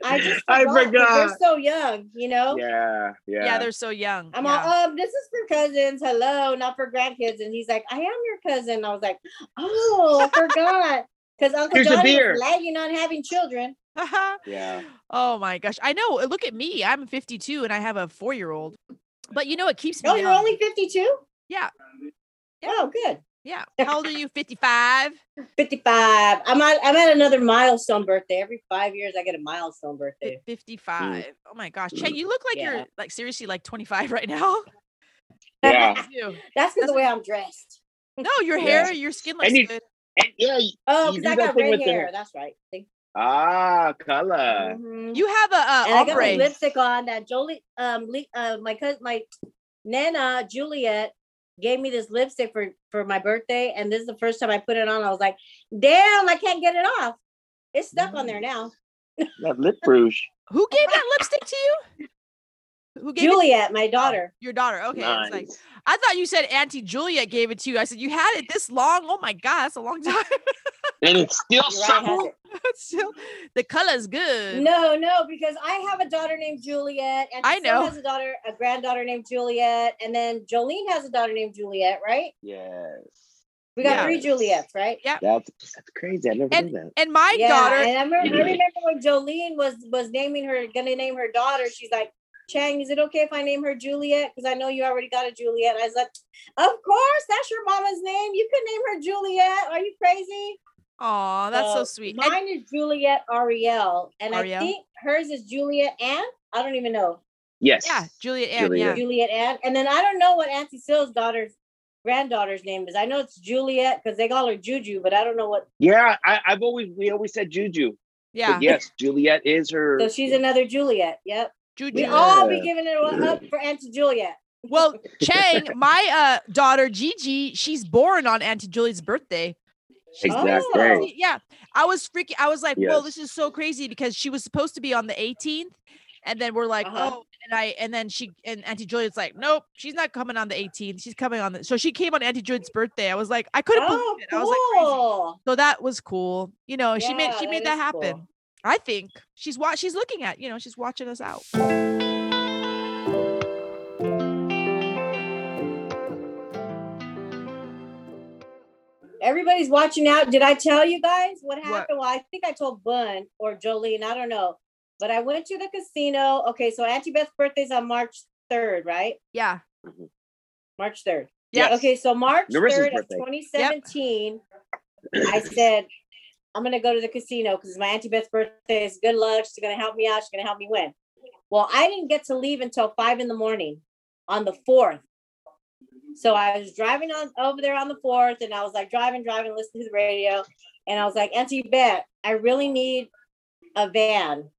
S5: I just
S3: I
S5: forgot 'cause
S3: forgot.
S5: They're so young, you know?
S3: Yeah. Yeah.
S4: Yeah, they're so young.
S5: I'm
S4: yeah.
S5: all, um, this is for cousins. Hello, not for grandkids. And he's like, I am your cousin. I was like, oh, I forgot. Because Uncle
S3: Here's a
S5: Johnny
S3: beer.
S5: was lagging on having children.
S3: Yeah.
S4: Oh my gosh, I know. Look at me. I'm 52 and I have a four year old. But you know it keeps me.
S5: No, "Oh, you're
S4: young.
S5: only 52?
S4: Yeah. Yeah.
S5: Oh, good.
S4: yeah. How old are you? 55.
S5: 55. I'm at I'm at another milestone birthday. Every five years I get a milestone
S4: Fi-
S5: birthday.
S4: 55. Oh my gosh, Chang, you look like
S5: Yeah.
S4: you're like seriously like 25 right now.
S3: Yeah.
S4: You do.
S5: That's because
S4: That's-
S5: the way I'm dressed.
S4: No, your
S3: Yeah.
S4: hair, your skin looks
S3: And you-
S4: good.
S3: And yeah.
S5: Oh,
S3: You
S5: because I
S3: do that
S5: got
S3: thing
S5: red
S3: with the
S5: hair.
S3: hair.
S5: That's right. See?
S3: Ah, color.
S5: Mhm.
S4: You have a uh,
S5: and I got my
S4: ombre.
S5: lipstick on that Jolie um Lee, uh, my cousin my Nana Juliet gave me this lipstick for for my birthday and this is the first time I put it on. I was like, damn, I can't get it off. It's stuck on there
S3: Mm.
S5: now.
S3: That lip rouge.
S4: Who gave that lipstick to you? Who gave it?
S5: Juliet, my daughter.
S4: Your daughter. Okay. I was
S3: nice.
S4: like, I thought you said Auntie Julia gave it to you. I said, You had it this long. Oh my God, that's a long time.
S3: and it's still
S5: You're right, has
S3: supple.
S5: it.
S4: so, the color's good.
S5: No, no, because I have a daughter named Juliet, and
S4: I
S5: she still
S4: know.
S5: has a daughter, a granddaughter named Juliet, and then Jolene has a daughter named Juliet, right?
S3: Yes.
S5: We got
S4: Yeah.
S5: three Juliets, right?
S3: That's that's crazy. I never knew that.
S4: And my
S5: yeah,
S4: daughter,
S5: and I remember, I remember when Jolene was was naming her, gonna name her daughter. She's like, "Chang, is it okay if I name her Juliet? Because I know you already got a Juliet." I was like, "Of course, that's your mama's name. You can name her Juliet. Are you crazy?"
S4: oh, that's so
S5: Uh,
S4: sweet. And-
S5: Mine is Juliet Ariel, and
S4: Ariel.
S5: I think hers is Juliet Ann. I don't even know.
S3: Yes.
S4: yeah, Juliet Ann.
S3: Juliet.
S4: Yeah.
S5: Juliet Ann. And then I don't know what Auntie Sil's daughter's granddaughter's name is. I know it's Juliet because they call her Juju, but I don't know what.
S3: Yeah. I, I've always we always said Juju.
S4: Yeah.
S3: But yes, Juliet is her.
S5: So she's another Juliet. Yep. We
S4: Juju.
S3: Yeah.
S5: all be giving it up for Auntie Juliet.
S4: Well, Chang, my uh, daughter Gigi, she's born on Auntie Julie's birthday. She's born
S5: Exact
S4: on
S5: day.
S4: Auntie- Yeah. I was freaking, I was like, whoa,
S3: Yes.
S4: this is so crazy because she was supposed to be on the 18th. And then we're like,
S5: Uh-huh.
S4: oh, and I, and then she, and Auntie Juliet's like, nope, she's not coming on the 18th. She's coming on the, so she came on Auntie Juliet's birthday. I was like, I couldn't
S5: Oh,
S4: believe it. I was like, crazy.
S5: cool.
S4: so that was cool. You know, she made,
S5: Yeah,
S4: she
S5: that
S4: made that
S5: is cool.
S4: happen. I think she's, wa- she's looking at, you know, she's watching us out.
S5: everybody's watching out. Did I tell you guys what happened? Well, I think I told Bun or Jolene. I don't know. But I went to the casino. Okay, so Auntie Beth's birthday's on March 3rd, right?
S4: Yeah.
S5: March 3rd.
S3: Yes.
S5: Okay, so March
S3: Marissa's
S5: 3rd of
S3: birthday.
S5: 2017, I said, I'm going to go to the casino because my Auntie Beth's birthday is good luck. She's going to help me out. She's going to help me win. Well, I didn't get to leave until five in the morning on the 4th. So I was driving on over there on the 4th and I was like driving, driving, listening to the radio. And I was like, Auntie Beth, I really need a van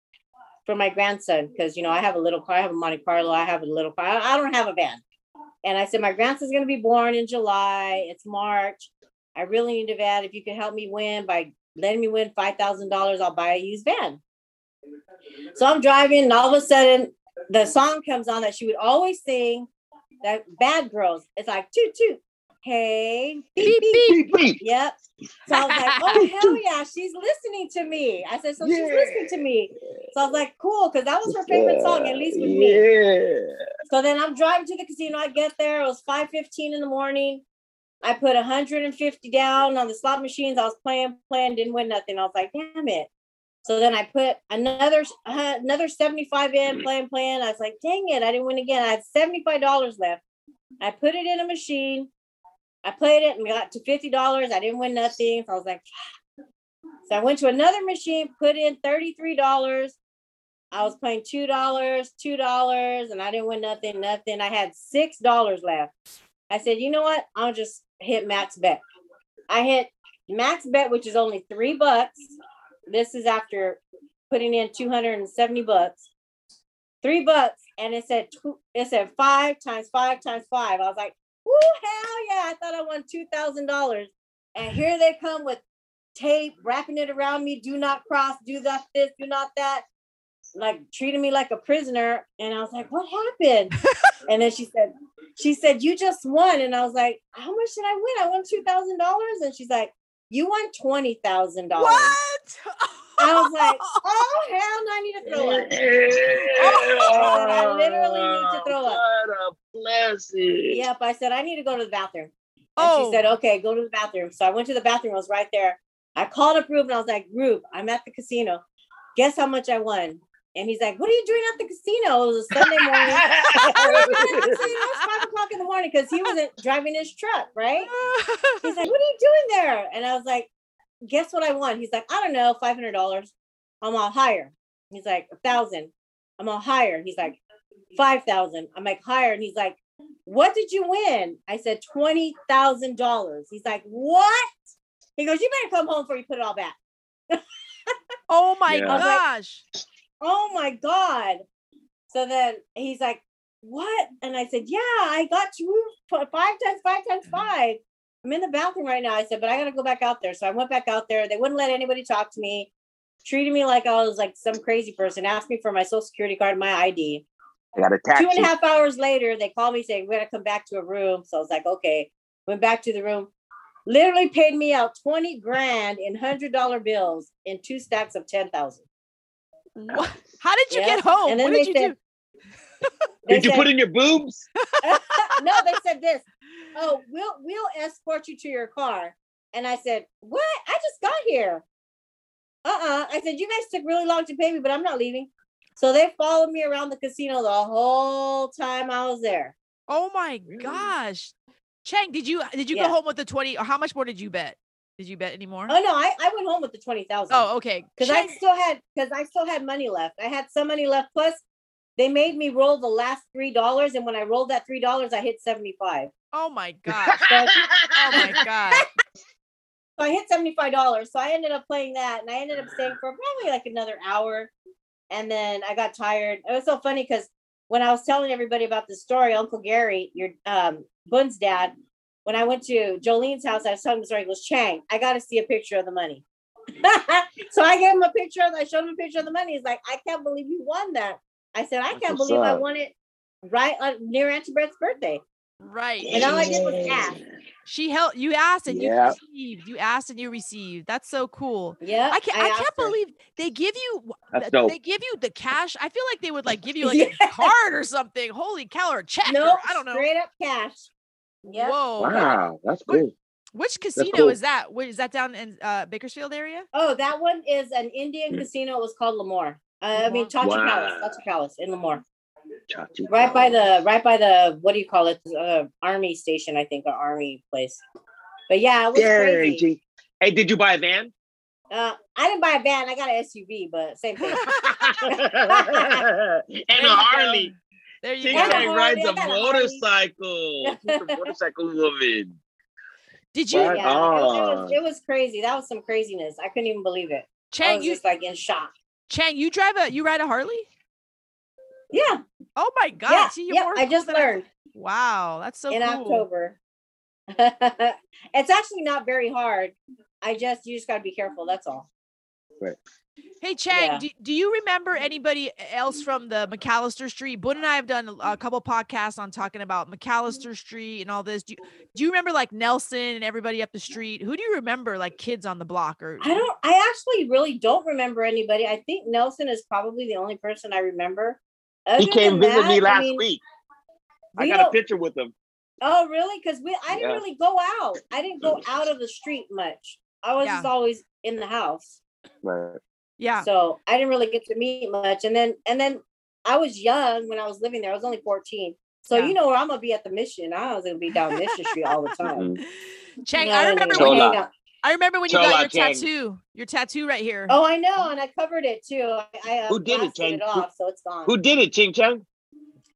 S5: for my grandson because, you know, I have a little car. I have a Monte Carlo. I have a little car. I I don't have a van. And I said, my grandson's going to be born in July. It's March. I really need a van. If you can help me win by letting me win $5,000, I'll buy a used van. So I'm driving, and all of a sudden, the song comes on that she would always sing that Bad Girls. It's like, toot, toot. Hey, beep, beep. Yep. So I was like, oh, hell yeah, she's listening to me. I said, so she's listening to me. So I was like, cool, because that was her favorite song, at least with me.
S3: Yeah.
S5: So then I'm driving to the casino. I get there. It was 5:15 in the morning. I put 150 down on the slot machines. I was playing, playing, didn't win nothing. I was like, damn it. So then I put another uh, another 75 in, playing, playing. I was like, dang it, I didn't win again. I had 75 dollars left. I put it in a machine. I played it and got to 50 dollars. I didn't win nothing. So I was like, so I went to another machine, put in 33 dollars. I was playing two dollars, two dollars, and I didn't win nothing, nothing. I had six dollars left. I said, you know what? I'll just hit max bet. I hit max bet, which is only three bucks. This is after putting in 270 bucks. Three bucks. And it said tw- it said five times five times five. I was like, woo, hell yeah. I thought I won two thousand dollars. And here they come with tape, wrapping it around me. Do not cross, do not this, do not that like treating me like a prisoner. And I was like, what happened? and then she said, she said, you just won. And I was like, how much did I win? I won $2,000. And she's like, you won $20,000.
S4: What?
S5: I was like, oh, hell no, I need to throw up. I literally need to throw up.
S3: What a blessing.
S5: Yep. I said, I need to go to the bathroom. And
S4: oh,
S5: she said, okay, go to the bathroom. So I went to the bathroom. I was right there. I called up Rube and I was like, Rube, I'm at the casino. Guess how much I won? And he's like, what are you doing at the casino? It was a Sunday morning. it was five o'clock in the morning because he wasn't driving his truck, right? He's like, what are you doing there? And I was like, guess what I won? He's like, I don't know, five hundred dollars. I'm all higher. He's like, a thousand. I'm all higher. He's like, five thousand. I'm like higher. And he's like, what did you win? I said twenty thousand dollars. He's like, what? He goes, you better come home before you put it all back.
S4: oh my
S3: Yeah. I
S5: was like-
S4: gosh.
S5: oh my god so then he's like what and i said yeah i got you f- five times five
S3: Mm-hmm.
S5: times five i'm in the bathroom right now i said but i gotta go back out there so i went back out there they wouldn't let anybody talk to me treated me like i was like some crazy person asked me for my social security card and my id
S3: I got a taxi.
S5: Two and a half hours later, they called me saying, We gotta come back to a room. So I was like, Okay, went back to the room, literally paid me out 20 grand in hundred dollar bills in two stacks of 10,000.
S4: What? How did you
S5: Yeah.
S4: get home?
S5: And then
S4: What did
S5: they
S4: you
S5: said-
S4: do?
S5: They
S3: Did you
S5: said-
S3: put in your boobs?
S5: no, they said this. Oh, we'll we'll escort you to your car. And I said, What? I just got here. Uh-uh. I said, You guys took really long to pay me, but I'm not leaving. So they followed me around the casino the whole time I was there.
S4: Oh my gosh. Chang, did you did you
S5: Mm. Yeah.
S4: go home with the 20 or how much more did you bet? Did you bet any more?
S5: Oh no, I, I went home with the twenty thousand.
S4: Oh, okay.
S5: because I
S4: Chang-
S5: still had because I still had money left. I had some money left. Plus, they made me roll the last three dollars, and when I rolled that three dollars, I hit seventy five.
S4: Oh my gosh. Oh my god.
S5: So I hit seventy five dollars. So I ended up playing that, and I ended up staying for probably like another hour, and then I got tired. It was so funny because when I was telling everybody about the story, Uncle Gary, your um, Bun's dad, when I went to Jolene's house, I was telling him the story. He goes, "Chang, I got to see a picture of the money." so I gave him a picture. Of, I showed him a picture of the money. He's like, "I can't believe you won that." I said, "I
S3: That's
S5: can't
S3: what's
S5: believe I
S3: up.
S5: won it right uh, near Auntie Brett's birthday."
S4: Right.
S5: And all I did was ask.
S4: She held you asked and
S3: Yeah.
S4: you received. You asked and you received. That's so cool.
S5: Yeah,
S4: I can't I,
S5: asked
S4: can't
S5: her.
S4: believe they give you
S3: That's
S4: th-
S3: dope.
S4: they give you the cash. I feel like they would like give you like a card or something. Holy cow or a check. or-
S5: No,
S4: I don't know.
S5: Straight up cash. Yeah.
S4: Whoa.
S3: Wow, that's
S4: What-
S3: cool.
S4: Which casino
S6: cool.
S4: is that? What is that down in uh, Bakersfield area?
S5: Oh, that one is an Indian casino. It was called Lemoore. Uh, I mean, Chachi
S3: Wow.
S5: Palace, Chachi Palace in Lemoore,
S3: Chachi
S5: right by
S3: Palace.
S5: the right by the what do you call it? Uh, army station, I think, or army place. But yeah, it was
S3: Dang,
S5: crazy.
S3: G. Hey, did you buy a van?
S5: Uh, I didn't buy a van. I got an SUV, but same thing.
S3: and a
S4: There you go.
S3: Harley.
S4: There you
S3: She
S5: got a
S4: go.
S5: Harley,
S3: rides
S5: I
S3: a
S5: got a Harley.
S3: motorcycle. She's a motorcycle woman.
S4: Did
S5: yeah,
S4: you,
S3: Right.
S5: it, was,
S3: on.
S5: it was crazy. That was some craziness. I couldn't even believe Oh, it. I
S4: Chang?
S5: was
S4: You
S5: just like in shock.
S4: Chang? You drive a? You ride a Harley?
S5: Yeah,
S4: Oh my God!
S5: yeah,
S4: see, you're
S5: yeah.
S4: more
S5: I just
S4: cool than
S5: learned
S4: Wow, that's so
S5: in
S4: cool.
S5: October. it's actually not very hard. I just you just got to be careful. That's all.
S4: Hey Chang,
S5: Yeah. Mm-hmm.
S4: do, do you remember anybody e, else from the McAllister Street? Boone and I have done a, a couple podcasts on talking about
S5: Mm-hmm.
S4: McAllister Street and all this. Do you, do you remember like Nelson and everybody up the street? Who do you remember like kids on the block or
S5: I don't. I actually really don't remember anybody. I think Nelson is probably the only person I remember. Other
S3: He came
S5: than
S3: visit
S5: that,
S3: me
S5: I
S3: last
S5: mean,
S3: week. I
S5: we
S3: got a
S5: don't-
S3: picture with him.
S5: Oh, really? Because we I didn't
S3: Yeah.
S5: really go out. I didn't go out of the street much. I was
S4: Yeah.
S5: just always in the house.
S3: Right.
S4: Yeah.
S5: So I didn't really get to meet much. And then and then I was young when I was living there. I was only 14. So
S4: Yeah.
S5: you know where I'm gonna be at the mission. I was gonna be down Mission Street all the time.
S3: Mhm.
S4: Chang,
S5: You know
S4: I
S5: what
S4: remember
S5: mean?
S4: when
S3: Chola.
S4: you, I remember when you
S3: Chola,
S4: got your
S3: Chang.
S4: tattoo. Your tattoo right here.
S5: Oh, I know, and I covered it too. I, I uh,
S3: Who did it,
S5: blasted
S3: Jane? Who-
S5: off, so it's gone.
S3: Who did it, Ching Chang?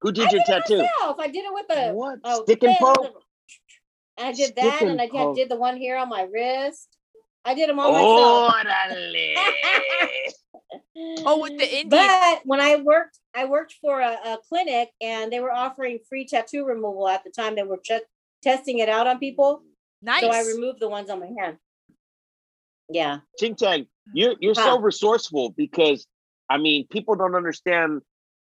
S3: Who did
S5: I
S3: your
S5: did
S3: tattoo?
S5: It oh, myself. I did it with a
S3: What?
S5: a
S3: Stick and
S5: pin.
S3: poke?
S5: And I did
S3: Stick
S5: that,
S3: and
S5: and I did,
S3: poke.
S5: did the one here on my wrist. I did them all
S3: Oh.
S5: myself.
S3: Orale.
S4: Oh, with the Indian-
S5: But when I worked, I worked for a, a clinic and they were offering free tattoo removal at the time. They were just testing it out on people.
S4: nice.
S5: So I removed the ones on my hand. Yeah.
S3: Ching Chang, you're you're so
S5: Huh.
S3: resourceful because I mean people don't understand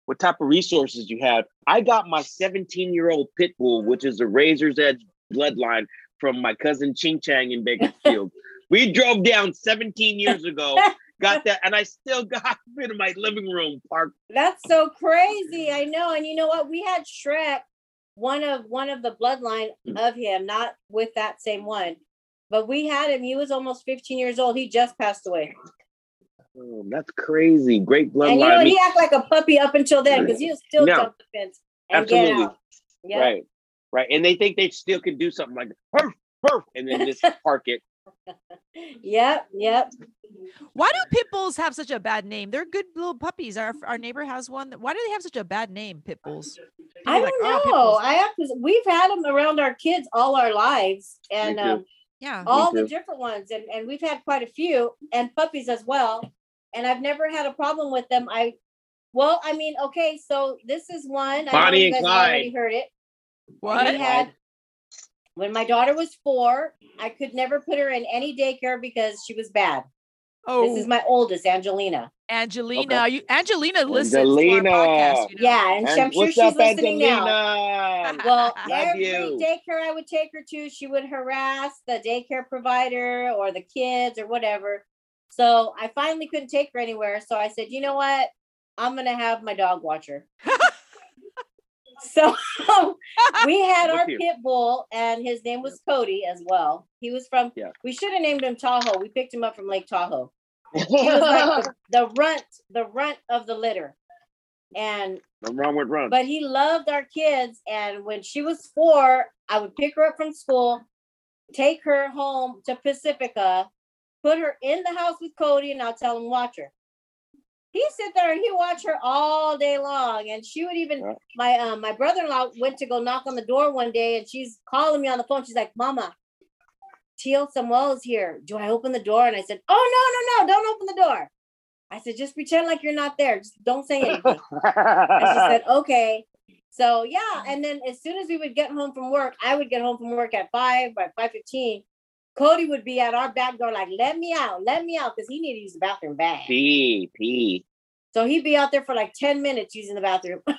S3: what type of resources you have. I got my 17 year old pit bull, which is a razor's edge bloodline from my cousin Ching Chang in Bakersfield. we drove down 17 years ago, got that, and I still got it in my living room parked.
S5: That's so crazy. I know. And you know what? We had Shrek, one of one of the bloodline of him, not with that same one. But we had him. He was almost 15 years old. He just passed away.
S3: Oh, that's crazy. Great bloodline.
S5: And you know
S3: I
S5: what?
S3: mean,
S5: He acted like a puppy up until then because he was still
S3: No.
S5: jump the fence and
S3: Absolutely.
S5: get out. Yeah.
S3: Right. Right. And they think they still can do something like perf, perf, and then just park it.
S5: Yep. Yep.
S4: Why do pit bulls have such a bad name? They're good little puppies. Our our neighbor has one. Why do they have such a bad name, pit bulls? People
S5: I
S4: are like,
S5: don't
S4: "Oh, pit
S5: know.
S4: bulls."
S5: I have to. We've had them around our kids all our lives, and
S3: too.
S5: um,
S4: yeah.
S5: all the
S3: too.
S5: different ones, and and we've had quite a few, and puppies as well. And I've never had a problem with them. I, well, I mean, okay, so this is one. I know
S3: Bonnie
S5: you
S3: and
S5: guys
S3: Clyde.
S5: already heard it. We
S4: What?
S5: had when my daughter was four. I could never put her in any daycare because she was bad.
S4: Oh,
S5: This is my oldest, Angelina.
S4: Angelina. Are you Angelina listens
S3: Angelina.
S4: to our podcast. You know?
S5: Yeah, and, she- I'm sure
S3: what's
S5: she's
S3: up,
S5: listening now.
S3: Angelina?
S5: Well,
S3: Love
S5: every
S3: you.
S5: daycare I would take her to, she would harass the daycare provider or the kids or whatever. So I finally couldn't take her anywhere. So I said, you know what? I'm going to have my dog watch her. so we had our
S3: With you.
S5: pit bull, and his name was Cody as well. He was from,
S3: Yeah.
S5: we should have named him Tahoe. We picked him up from Lake Tahoe he was like the, the runt, the runt of the litter. And
S3: I'm wrong with run.
S5: but he loved our kids. And when she was four, I would pick her up from school, take her home to Pacifica, put her in the house with Cody, and I'll tell him watch her. He would sit there and he watch her all day long, and she would even
S3: Yeah.
S5: my um, my brother in law went to go knock on the door one day, and she's calling me on the phone. She's like, "Mama, Teal Samuel's here. Do I open the door?" And I said, "Oh no, no, no! Don't open the door." I said, "Just pretend like you're not there. Just don't say anything." And she said, okay. So yeah, and then as soon as we would get home from work, I would get home from work at five by five fifteen. Cody would be at our back door, like, let me out, let me out, because he needed to use the bathroom bad.
S3: P, P.
S5: So he'd be out there for like 10 minutes using the bathroom.
S4: Oh,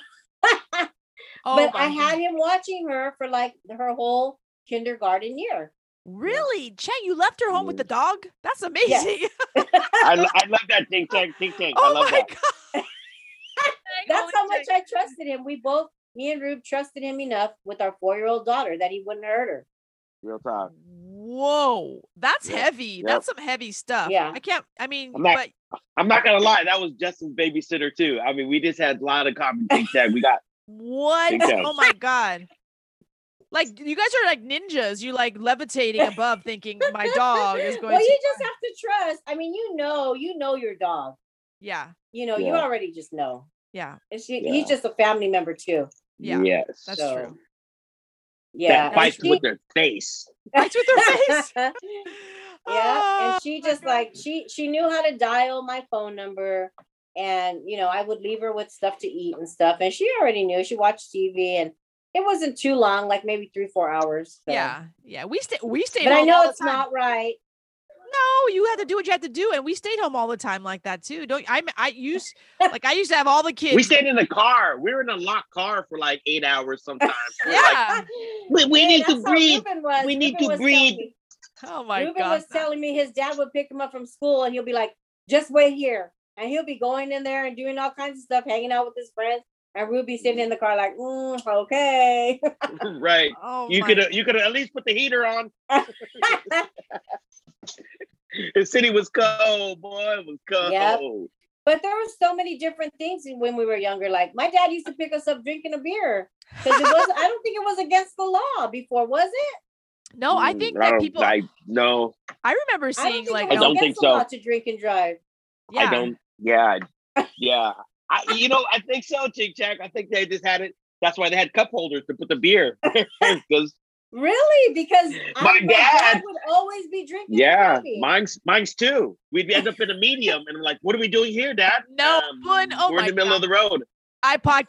S5: but
S4: my
S5: I
S4: God.
S5: had him watching her for like her whole kindergarten year.
S4: really Chang. You left her home with the
S3: Mm.
S4: dog. That's amazing.
S3: I, lo- I love that ting tang, ting tang. I
S4: oh
S3: love
S4: my
S3: that.
S4: god.
S5: That's how much I trusted him. We both, me and Rube, trusted him enough with our four year old daughter that he wouldn't hurt her.
S3: Real time.
S4: Uh, whoa, that's
S3: Yeah.
S4: heavy.
S3: Yep.
S4: That's some heavy stuff.
S5: Yeah.
S4: I can't, I mean,
S3: I'm not-
S4: but
S3: I'm not gonna lie, that was Justin's babysitter too. I mean, we just had a lot of common tic tac. We got
S4: what?
S3: Big time.
S4: Oh my God. Like you guys are like ninjas. You're like levitating above thinking my dog is going
S5: well,
S4: to
S5: you just have to trust. I mean, you know, you know your dog.
S4: Yeah.
S5: You know, you
S3: Yeah.
S5: already just know.
S4: Yeah.
S5: And she,
S3: Yeah.
S5: He's just a family member too.
S4: Yeah.
S3: yes,
S4: That's
S5: So,
S4: true.
S5: Yeah.
S3: that
S5: and
S3: fights
S5: she-
S3: with their face.
S4: Fights with their face.
S5: yeah.
S4: Oh
S5: And she
S4: my
S5: just
S4: God.
S5: like she she knew how to dial my phone number. And you know, I would leave her with stuff to eat and stuff. And she already knew. She watched TV and it wasn't too long, like maybe three, four hours. so.
S4: Yeah. Yeah. We stay we stayed
S5: But I
S4: home
S5: know
S4: all the
S5: it's
S4: time.
S5: not right.
S4: No, you had to do what you had to do, and we stayed home all the time like that too. Don't I? I used like I used to have all the kids.
S3: We stayed in the car. We were in a locked car for like eight hours sometimes. We were like,
S4: Yeah.
S3: we, we
S5: Hey,
S3: need to
S5: that's how
S3: breathe.
S5: Reuben was.
S3: We need
S5: Reuben
S3: to
S5: was
S3: breathe.
S5: telling me-
S4: Oh my
S5: Ruben
S4: god.
S5: was telling me his dad would pick him up from school and he'll be like, just wait here. And he'll be going in there and doing all kinds of stuff, hanging out with his friends. And Ruby sitting in the car like, mm, okay.
S3: right.
S4: oh,
S3: You
S4: my-
S3: could you could at least put the heater on. The city was cold, boy. It was cold.
S5: Yep. but there were so many different things when we were younger. Like my dad used to pick us up drinking a beer because it was. I don't think it was against the law before, was it?
S4: No, I
S3: Mm,
S4: think
S3: don't-
S4: that people. I,
S3: I no,
S4: remember
S5: I don't
S4: seeing
S5: think
S4: like. oh,
S5: it was
S3: I don't
S5: against
S3: think
S5: the law
S3: so.
S5: to drink and drive.
S4: yeah.
S3: I don't. Yeah, I- yeah. I, you know, I think so, Chick Jack. I think they just had it. That's why they had cup holders to put the beer. Because
S5: Really? Because I-
S3: My dad-
S5: would always be drinking. and
S3: yeah,
S5: driving.
S3: mine's mine's too. We'd end up in a medium, and I'm like, "What are we doing here, Dad? Um,
S4: No, bun- oh
S3: we're in
S4: my
S3: the middle of the road
S4: I podcasters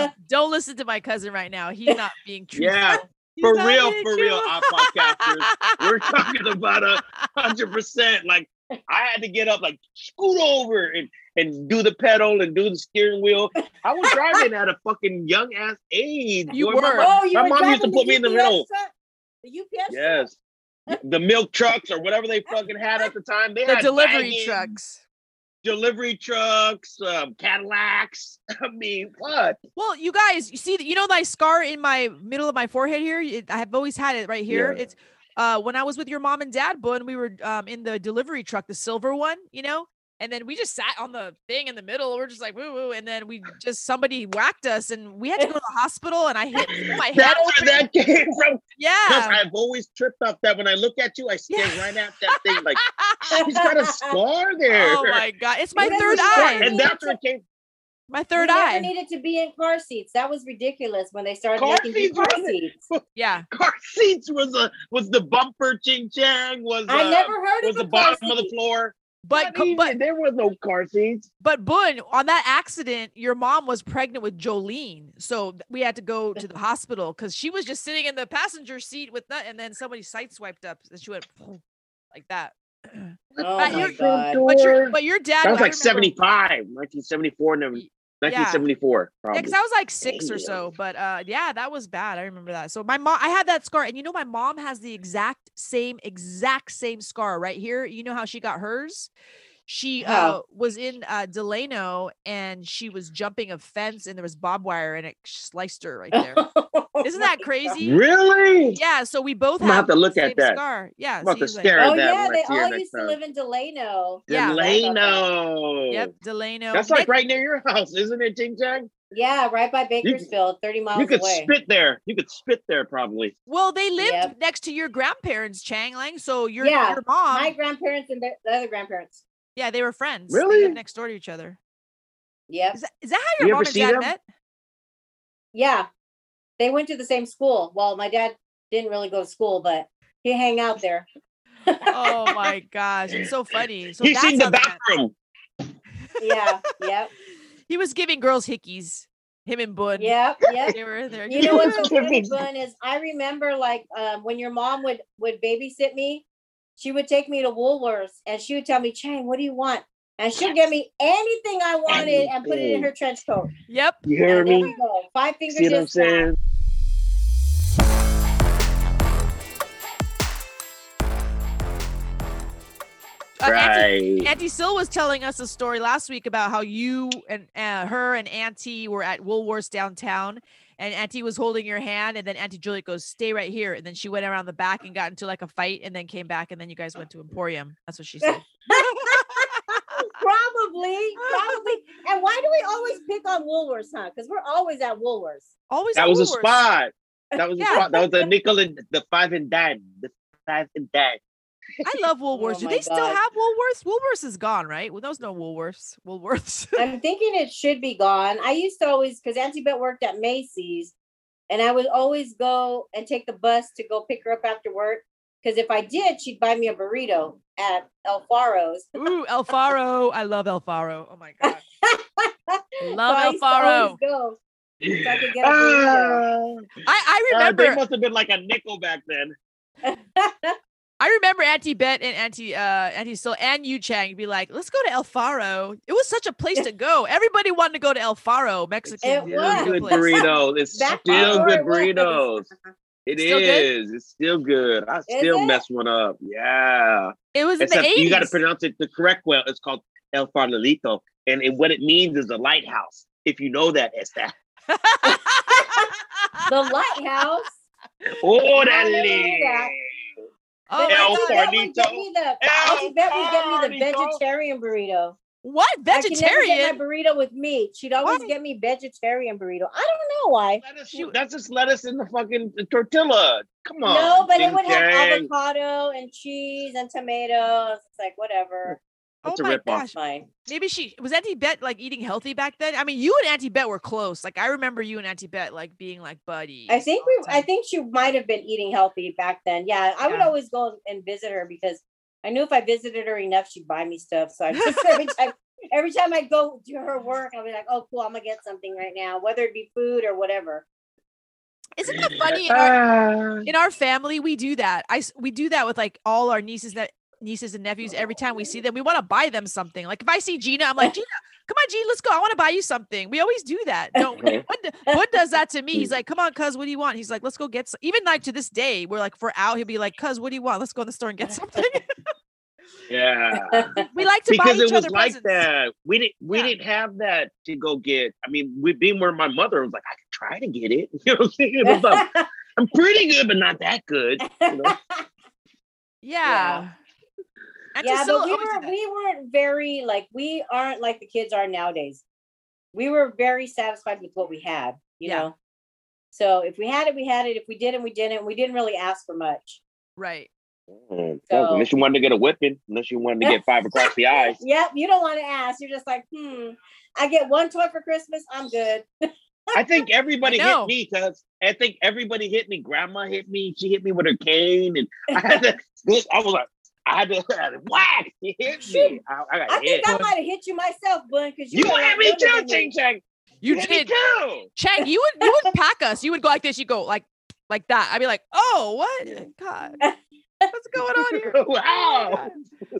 S5: Yeah.
S4: don't listen to my cousin right now. He's not being truthful.
S3: Yeah,
S4: He's
S3: for
S4: not
S3: real,
S4: being
S3: for real.
S4: truthful.
S3: Our podcasters, we're talking about a hundred percent. Like I had to get up, like scoot over and and do the pedal and do the steering wheel. I was driving at a fucking young ass age.
S4: You
S3: boy. My
S4: were.
S3: mom-
S5: Oh, you
S3: My
S5: were
S3: mom used to
S5: driving
S3: put me in the
S5: UPS
S3: middle.
S5: truck? The UPS. truck?
S3: Yes. The milk trucks or whatever they fucking had at the time. They
S4: the
S3: had
S4: delivery
S3: wagons,
S4: trucks.
S3: delivery trucks, um, Cadillacs. I mean, what?
S4: Well, you guys, you see, you know, my scar in my middle of my forehead here. It- I have always had it right here.
S3: Yeah.
S4: It's uh, when I was with your mom and dad, Bun, we were um, in the delivery truck, the silver one, you know, and then we just sat on the thing in the middle. We're just like woo woo, and then we just somebody whacked us, and we had to go to the hospital. And I hit my head.
S3: That's where that came from. Because
S4: Yeah,
S3: I've always tripped off that when I look at you, I stare
S4: Yeah.
S3: right at that thing like she's got a scar there.
S4: oh my god, it's my
S5: You guys
S4: third
S5: were
S4: eye.
S5: smart.
S3: And that's what came
S4: My third
S5: we
S4: eye.
S5: Never needed to be in car seats. That was ridiculous when they started
S3: Car
S5: making you
S3: seats were
S5: car
S3: in it.
S5: seats.
S4: yeah,
S3: car seats was a was the bumper ching chang was
S5: I
S3: uh,
S5: never heard
S3: was
S5: of
S3: the
S5: a car
S3: bottom of the
S5: seat.
S3: floor.
S4: but
S3: Not
S4: co-
S3: even-
S4: but
S3: there were no car seats.
S4: But Bun, on that accident, your mom was pregnant with Jolene, so th- we had to go to the hospital because she was just sitting in the passenger seat with that, and then somebody sideswiped up, and she went like that.
S5: Oh
S4: But
S5: my
S4: you're-
S5: god!
S4: But your
S3: Sure.
S4: but your dad
S3: That was
S4: I
S3: like
S4: remember-
S3: 75, 1974, and then
S4: Y-
S3: 1974.
S4: Yeah,
S3: Probably.
S4: because I was like six or
S3: Damn.
S4: so, but uh, yeah, that was bad. I remember that. So my mom, I had that scar, and you know, my mom has the exact same, exact same scar right here. You know how she got hers? She uh,
S5: How?
S4: was in uh, Delano, and she was jumping a fence, and there was barbed wire, and it sliced her right there. Isn't that crazy?
S3: Oh Really?
S4: Yeah. So we both
S3: I'm gonna have to
S4: the
S3: look at
S4: same
S3: that.
S4: scar. Yeah.
S3: I'm about to
S4: see, like-
S3: stare
S5: Oh
S3: at that
S5: yeah,
S3: when I
S5: they
S3: see her
S5: all
S3: next
S5: used to
S3: time.
S5: live in Delano.
S4: Yeah.
S3: uh, Delano.
S4: Yep, Delano.
S3: That's like
S4: Nick-
S3: right near your house, isn't it, Jing Jang?
S5: Yeah, right by Bakersfield, thirty miles
S3: You could
S5: away.
S3: spit there. You could spit there probably.
S4: Well, they lived
S5: Yep.
S4: next to your grandparents, Chang Lang. So your
S5: Yeah,
S4: your mom.
S5: My grandparents and the the other grandparents.
S4: Yeah, they were friends. They
S3: Really?
S4: lived next door to each other.
S5: Yep.
S4: Is that, is that
S3: You
S4: how
S3: ever
S4: your mom and
S3: see
S4: dad
S3: them?
S4: met?
S5: Yeah, they went to the same school. Well, my dad didn't really go to school, but he hang out there.
S4: Oh my gosh, it's so funny. So
S3: He's
S4: that's
S3: in the
S4: how they met.
S3: bathroom.
S5: Yeah. Yep.
S4: He was giving girls hickeys. Him and Bud.
S5: Yep. Yep.
S4: They were there.
S5: You know what's so
S3: Yeah.
S5: funny, Boone, is I remember like um, when your mom would would babysit me, she would take me to Woolworths and she would tell me, Chang, what do you want? And she'll give me anything I wanted and put it in her trench coat.
S4: Yep.
S3: You hear
S5: And there
S3: me?
S5: we go. Five fingers.
S3: See what I'm
S5: just
S4: uh,
S5: down.
S3: saying?
S4: Uh, Auntie,
S3: right.
S4: Auntie Sil was telling us a story last week about how you and uh, her and Auntie were at Woolworths downtown, and Auntie was holding your hand, and then Auntie Juliet goes, "Stay right here," and then she went around the back and got into like a fight, and then came back, and then you guys went to Emporium. That's what she said.
S5: probably, probably. And why do we always pick on Woolworths, huh? Because we're always at Woolworths.
S4: Always
S3: That
S4: at
S3: was a
S4: Woolworths.
S3: spot. That was a
S4: Yeah.
S3: spot. That was a nickel and the five and dime. The five and dime.
S4: I love Woolworths. Do
S5: Oh my
S4: they still
S5: God.
S4: have Woolworths? Woolworths is gone, right? Well, there was no Woolworths. Woolworths.
S5: I'm thinking it should be gone. I used to always because Auntie Bet worked at Macy's, and I would always go and take the bus to go pick her up after work. Because if I did, she'd buy me a burrito at El Faro's.
S4: Ooh, El Faro. I love El Faro. Oh my god. Love
S5: I
S4: El
S5: used to always
S4: Faro.
S5: Go. I could get a
S3: Ah,
S5: burrito.
S4: I, I
S3: uh,
S4: remember
S3: they must have been like a nickel back then.
S4: I remember Auntie Bet and Auntie uh Auntie Still and Yu Chang be like, let's go to El Faro. It was such a place to go. Everybody wanted to go to El Faro, Mexican.
S5: It
S4: food
S5: was.
S3: Still good
S4: place.
S3: burritos. It's
S5: Back
S3: still
S5: before
S3: good
S5: it was.
S3: burritos. It is.
S4: Still good?
S3: It's still good. I still
S5: it?
S3: mess one up. Yeah.
S4: It was in the
S3: Except you got to
S4: 80s.
S3: pronounce it the correct way. It's called El Farnolito. And, and what it means is a lighthouse. If you know that, it's that.
S5: the lighthouse.
S3: Oh, that
S5: I knew that.
S4: oh
S5: Then
S3: El
S5: Auntie
S4: my God.
S5: Bet would get
S3: Farnito.
S5: me the-
S3: El
S5: Auntie Bet would get me the
S3: Farnito.
S5: vegetarian burrito.
S4: What?
S5: I could never get
S4: Vegetarian?
S5: my burrito with meat. She'd always
S4: Why?
S5: get me vegetarian burrito. I don't know why.
S3: Lettuce- That's just lettuce in the fucking tortilla. Come on.
S5: No, but it would have
S3: Jing-jang.
S5: avocado and cheese and tomatoes. It's like whatever.
S4: Oh
S3: It's a
S4: my
S3: ripoff.
S4: gosh.
S5: Fine.
S4: Maybe she was Auntie Bet like eating healthy back then. I mean, you and Auntie Bet were close. Like I remember you and Auntie Bet like being like buddies.
S5: I think
S4: all
S5: we.
S4: the
S5: I
S4: time.
S5: think she might have been eating healthy back then. Yeah, I would
S4: Yeah.
S5: always go and visit her because I knew if I visited her enough, she'd buy me stuff. So I just every time. Every time I go do her work, I'll be like, "Oh, cool! I'm gonna get something right now, whether it be food or whatever."
S4: Isn't that funny? in our-
S5: Um.
S3: Ah.
S4: in our family we do that i s- we do that with like all our nieces that nieces and nephews every time we see them we want to buy them something like if i see gina i'm like gina come on gina let's go i want to buy you something we always do that don't we
S3: Okay.
S4: Bud d- Bud does that to me he's like come on cuz what do you want he's like let's go get some. even like to this day we're like for out he'll be like cuz what do you want let's go in the store and get something
S3: Yeah.
S4: we like to
S3: because
S4: buy each
S3: it was
S4: other
S3: like
S4: presents.
S3: that. We didn't we
S4: Yeah.
S3: didn't have that to go get. I mean, we being where my mother was like, I could try to get it. You know what I'm saying? It was like, I'm pretty good, but not that good. You know?
S4: yeah, Auntie
S5: yeah,
S4: Scylla
S5: but we
S4: always did
S5: were
S4: that.
S5: we weren't very like we aren't like the kids are nowadays. We were very satisfied with what we had, you
S4: Yeah.
S5: know. So if we had it, we had it. If we didn't, we didn't. We didn't really ask for much.
S4: right
S3: Mm,
S5: So-
S3: Unless you wanted to get a whipping, unless you wanted to get five across the eyes.
S5: Yep, you don't want to ask. You're just like, hmm. I get one toy for Christmas. I'm good.
S3: I think everybody
S4: I know.
S3: hit me because I think everybody hit me. Grandma hit me. She hit me with her cane, and I had to. This, I was like, I had to whack. She hit me. I, I got
S5: I
S3: hit.
S5: think I might have hit you myself, Bun, because
S3: you
S5: were a lot
S3: hit me
S5: younger
S3: too,
S5: than
S3: Ching Chang.
S4: you
S3: hit
S4: did
S3: me too.
S4: Chang, you would you would pack us. You would go like this. You go like like that. I'd be like, oh, what? God, what's going on here? Oh my
S3: wow.
S4: God.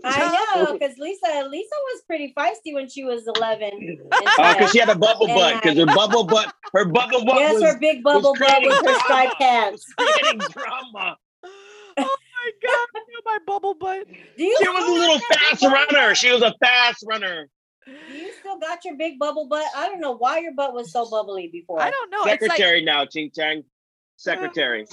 S5: I know, because Lisa Lisa was pretty feisty when she was 11. and
S3: Because
S5: 10.
S3: Oh, she had a bubble
S5: And
S3: butt. Because her bubble butt, her bubble butt
S5: yes,
S3: was
S5: her big bubble butt
S3: creating
S5: with her
S3: drama.
S5: striped pants.
S3: creating drama.
S4: Oh my God, you know my bubble butt.
S5: Do you
S3: She was a
S5: still
S3: little
S5: have that big
S3: fast
S5: bubble
S3: runner.
S5: butt?
S3: She was a fast runner.
S5: Do you still got your big bubble butt? I don't know why your butt was so bubbly before.
S4: I don't know. Oh, It's like,
S3: Secretary now, Ching Chang. Secretary.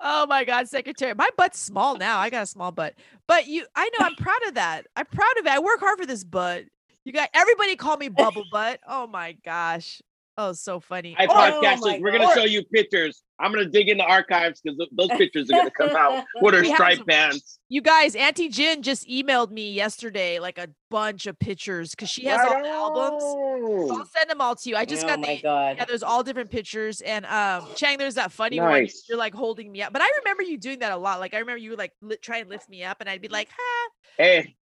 S4: oh my God, secretary. My butt's small now. I got a small butt, but you, I know. I'm proud of that. I'm proud of it. I work hard for this butt. You got everybody call me bubble butt. Oh my gosh. Oh, so funny.
S3: Hi,
S4: Or-
S3: podcasters.
S5: my
S3: We're going to
S5: God.
S3: show you pictures. I'm going to dig in the archives because those pictures are going to come out with her
S4: We have
S3: striped
S4: some-
S3: pants.
S4: You guys, Auntie Jin just emailed me yesterday like a bunch of pictures because she has all the albums. So I'll
S3: albums.
S4: send them all to you. I just
S5: oh
S4: got
S5: my
S4: the
S5: god.
S4: yeah, there's all different pictures. And um Chang, there's that funny one.
S3: Nice.
S4: You're like holding me up. But I remember you doing that a lot. Like I remember you would like li- try and lift me up and I'd be like, ha.
S3: Hey,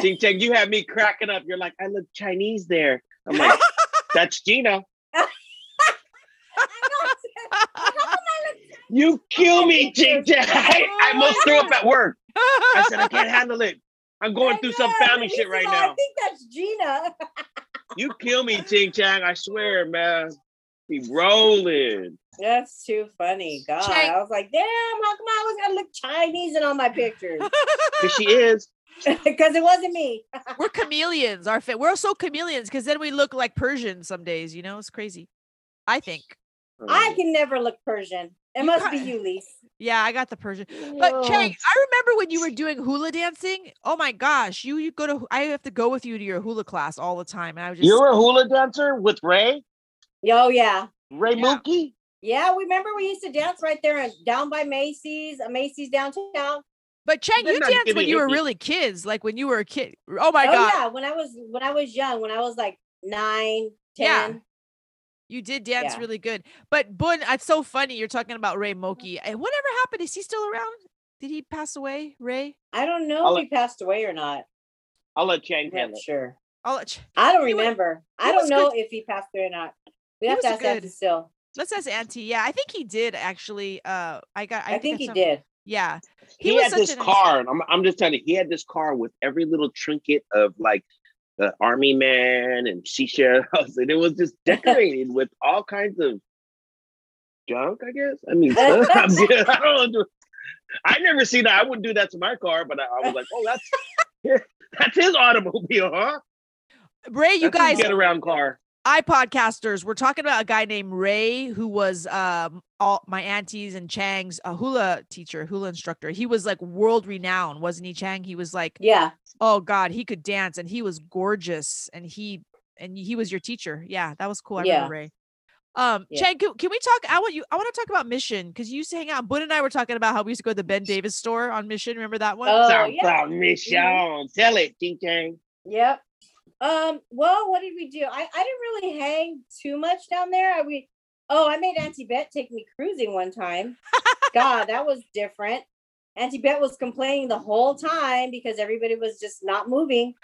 S3: Ching Chang, you had me cracking up. You're like, I look Chinese there. I'm like, that's Gina. You kill me, Ching Chang.
S4: Oh
S3: I almost threw up at work. I said, I can't handle it. I'm going through some family shit right
S5: I
S3: now.
S5: think that's Gina.
S3: You kill me, Ching Chang. I swear, man. Be rolling.
S5: That's too funny. God,
S4: Check.
S5: I was like, damn, how come I always gotta look Chinese in all my pictures?
S3: Cause she is.
S5: because it wasn't me.
S4: We're chameleons. Our fit. We're so chameleons because then we look like Persian some days. You know, it's crazy. I think. Hmm.
S5: I can never look Persian. It must be
S4: can't.
S5: you, Lise.
S4: Yeah, I got the Persian. But Chang, I remember when you were doing hula dancing. Oh my gosh, you you go to. I have to go with you to your hula class all the time, and I was just.
S3: You're a hula dancer with Ray,
S5: Oh yeah.
S3: Ray
S4: Yeah.
S3: Mookie.
S5: Yeah, we remember we used to dance right there and down by Macy's, uh, Macy's downtown.
S4: but Chang,
S3: They're
S4: you
S3: not
S4: danced when
S3: giving
S4: you
S3: it-
S4: were really kids, like when you were a kid. Oh my
S5: oh
S4: god,
S5: yeah, when I was when I was young, when I was like nine,
S4: Yeah.
S5: ten.
S4: you did dance
S5: Yeah.
S4: really good. But Bun, it's so funny. You're talking about Ray Moki. Eh, Whatever happened? Is he still around? Did he pass away, Ray?
S5: I don't know
S3: I'll-
S5: if he passed away or not.
S3: I'll let Chang
S5: I'm
S3: handle
S5: not
S3: it.
S5: sure.
S4: I'll let Ch-
S5: I don't
S4: He was-
S5: remember.
S4: he
S5: I don't
S4: was
S5: know
S4: good.
S5: if he passed away or not. We
S4: He
S5: have
S4: was
S5: to ask
S4: good.
S5: that to still.
S4: let's ask Auntie. Yeah, I think he did actually. Uh, I got.
S5: I, think
S4: I
S5: he
S4: saw-
S5: did.
S4: Yeah,
S3: He,
S4: was
S3: had
S4: such
S3: this
S4: an-
S3: card. I'm, I'm just telling you, he had this card with every little trinket of like the army man and seashells, and it was just decorated with all kinds of junk. I guess. I mean, I'm just- I don't. Do, I never see that. I wouldn't do that to my car, but I, I was like, oh, that's that's his automobile, huh?
S4: Ray, you
S3: That's his
S4: guys,
S3: get around car.
S4: I podcasters, we're talking about a guy named Ray who was um all my aunties and Chang's a hula teacher, hula instructor. He was like world renowned, wasn't he, Chang? He was like,
S5: Yeah.
S4: oh God, he could dance and he was gorgeous and he and he was your teacher. Yeah, that was cool. I
S5: Yeah.
S4: remember Ray. Um,
S5: Yeah.
S4: Chang, can, can we talk? I want you. I want to talk about Mission because you used to hang out. Bud and I were talking about how we used to go to the Ben Davis store on Mission. Remember that one?
S5: Oh
S3: Sound
S5: yeah. Mm-hmm.
S3: proud, Miss
S4: Mm-hmm.
S3: Shawn. Tell it, Ching Chang.
S5: Yep. Um, well, what did we do? I, I didn't really hang too much down there. I we oh, I made Auntie Bet take me cruising one time. God, that was different. Auntie Bet was complaining the whole time because everybody was just not moving.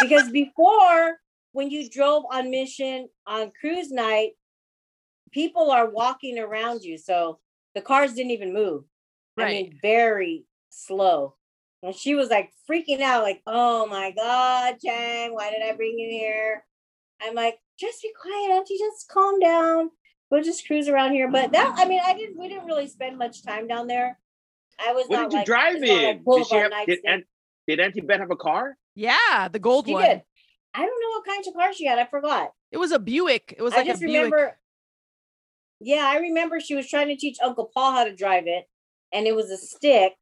S5: because before, when you drove on mission on cruise night, people are walking around you. So the cars didn't even move. I mean, very slow. And she was like freaking out, like, oh my God, Chang, why did I bring you here? I'm like, just be quiet, Auntie, just calm down. We'll just cruise around here. But that, I mean, I didn't, we didn't really spend much time down there. I was
S3: What
S5: not
S3: did you
S5: like-
S3: drive
S5: it's not like
S3: in? Did, she
S5: Boulevard
S3: have, did,
S5: Nights and-
S3: Aunt, did Auntie Bet have a car?
S4: yeah, the gold
S5: she
S4: one.
S5: did. I don't know what kind of car she had. I forgot.
S4: It was a Buick. It was like
S5: I just
S4: a Buick.
S5: remember. Yeah, I remember she was trying to teach Uncle Paul how to drive it, and it was a stick,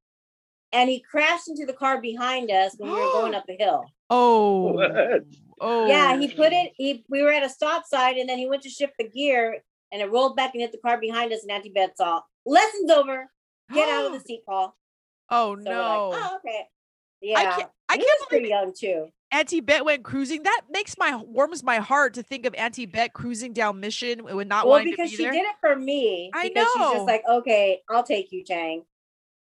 S5: and he crashed into the car behind us when we were going up the hill.
S4: Oh,
S3: What?
S4: oh,
S5: Yeah, he put it. He we were at a stop sign, and then he went to shift the gear, and it rolled back and hit the car behind us. And Auntie Bet saw lessons over. Get out of the seat, Paul.
S4: Oh
S5: So we're
S4: no!
S5: like, oh, okay.
S4: I
S5: Yeah,
S4: can't. I
S5: he
S4: can't
S5: was
S4: believe
S5: pretty young too.
S4: Auntie Bet went cruising. That makes my warms my heart to think of Auntie Bet cruising down Mission and not
S5: well,
S4: wanting to
S5: because
S4: be
S5: she
S4: there.
S5: did it for me.
S4: I
S5: because She's
S4: know.
S5: just like, okay, I'll take you, Chang.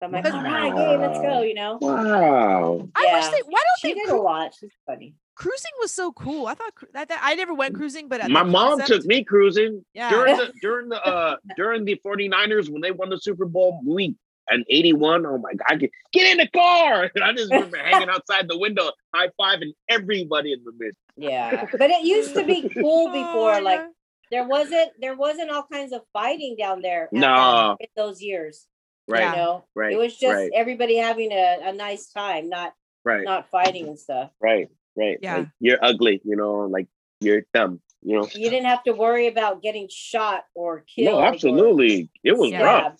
S5: So I'm like, all right, hey, let's go. You know,
S3: Wow.
S4: I wish
S5: Yeah.
S4: they. Why don't
S5: she
S4: they?
S5: did a
S4: cru-
S5: lot. She's funny.
S4: cruising was so cool. I thought cru- that, that- I never
S5: Mm.
S4: went cruising, but uh, the
S3: My mom took
S4: concept-
S3: me cruising
S4: Yeah.
S3: during the during the uh during the 49ers when they won the Super Bowl week and 81. Oh my god, I get, get in the car. And I just remember hanging outside the window, high fiving everybody in the midst.
S5: Yeah, but it used to be cool
S4: Oh,
S5: before.
S4: I
S5: like
S4: know.
S5: there wasn't there wasn't all kinds of fighting down there. at that-
S3: No.
S5: in those years,
S3: Right,
S4: Yeah.
S5: you know,
S3: right.
S5: it was just
S3: right,
S5: everybody having a, a nice time, not
S3: right,
S5: not fighting and stuff.
S3: right, right.
S4: Yeah.
S3: Like, you're ugly, you know, like you're dumb, you know.
S5: You didn't have to worry about getting shot or killed.
S3: No,
S5: or
S3: absolutely. It was
S4: Yeah.
S3: rough.
S5: stabbed.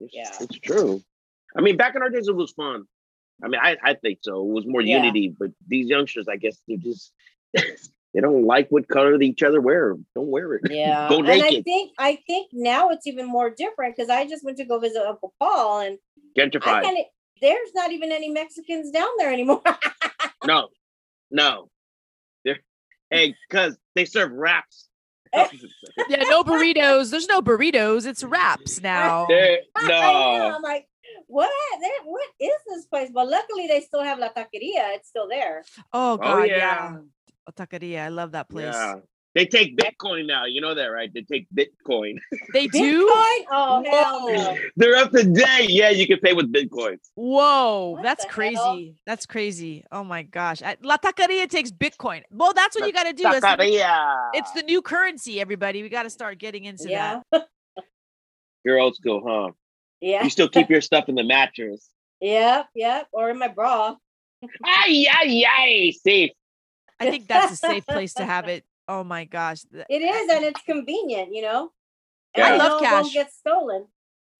S3: It's,
S5: Yeah.
S3: it's true. I mean, back in our days, it was fun. I mean, I, I think so. It was more
S5: Yeah.
S3: unity, but these youngsters, I guess, they just they don't like what color they each other wear. Don't wear it.
S5: Yeah.
S3: Go
S5: and I
S3: naked.
S5: think I think now it's even more different because I just went to go visit Uncle Paul and I
S3: Gentrified.
S5: kind of there's not even any Mexicans down there anymore.
S3: No, no. They're, hey, because they serve wraps.
S5: Oh.
S4: Yeah, no burritos. There's no burritos. It's wraps now.
S3: They're-
S5: I know.
S3: no,
S5: I'm like, what? That, what is this place? But luckily they still have La Taqueria. It's still there.
S4: Oh God, yeah.
S3: yeah.
S4: Otacaria, I love that place.
S3: yeah. They take Bitcoin now. You know that, right? They take Bitcoin.
S4: They
S5: Bitcoin?
S4: do.
S5: Oh hell
S4: Whoa.
S5: no.
S3: They're up to date. Yeah, you can pay with Bitcoin.
S4: Whoa,
S5: What
S4: that's
S5: the hell?
S4: crazy. That's crazy. Oh my gosh. I- La Taqueria takes Bitcoin. Well, that's what
S3: La
S4: you got to do. It's the,
S3: Taqueria.
S4: it's the new currency, everybody. We got to start getting into
S5: Yeah.
S3: You're old school, huh?
S5: Yeah.
S3: You still keep your stuff in the mattress.
S5: Yep. Yep. Or in my bra.
S3: Ay, ay, ay. Safe.
S4: I think that's a safe place to have it. Oh my gosh. Th-
S5: It is, and it's convenient, you know. And
S3: I
S4: love
S5: know It
S4: cash.
S5: won't get stolen.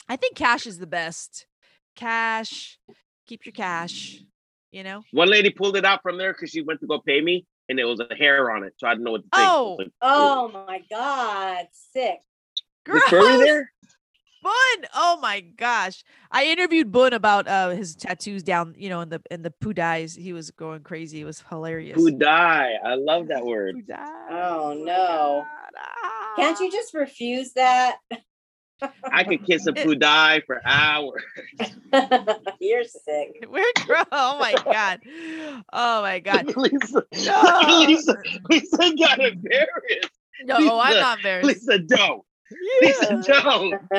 S4: I think cash is the best. Cash. Keep your cash. You know?
S3: One lady pulled it out from there because she went to go pay me and there was a hair on it. So I didn't know what to think.
S4: Oh.
S3: Like,
S5: Oh my God, sick.
S3: is furry
S4: Gross.
S3: there?
S4: Bun. Oh my gosh. I interviewed Bun about uh his tattoos down, you know, in the in the pudais. He was going crazy. It was hilarious.
S3: Who die? I love that word.
S4: Pudais.
S5: Oh,
S4: my God.
S5: no.
S4: Ah.
S5: Can't you just refuse that?
S3: I could kiss a pudai for hours.
S5: You're sick.
S4: We're gross. Oh my god. Oh my god.
S3: Lisa,
S4: No.
S3: Lisa, Lisa got embarrassed.
S4: No, oh, I'm
S3: Lisa,
S4: not embarrassed.
S3: Lisa, don't. Lisa, don't.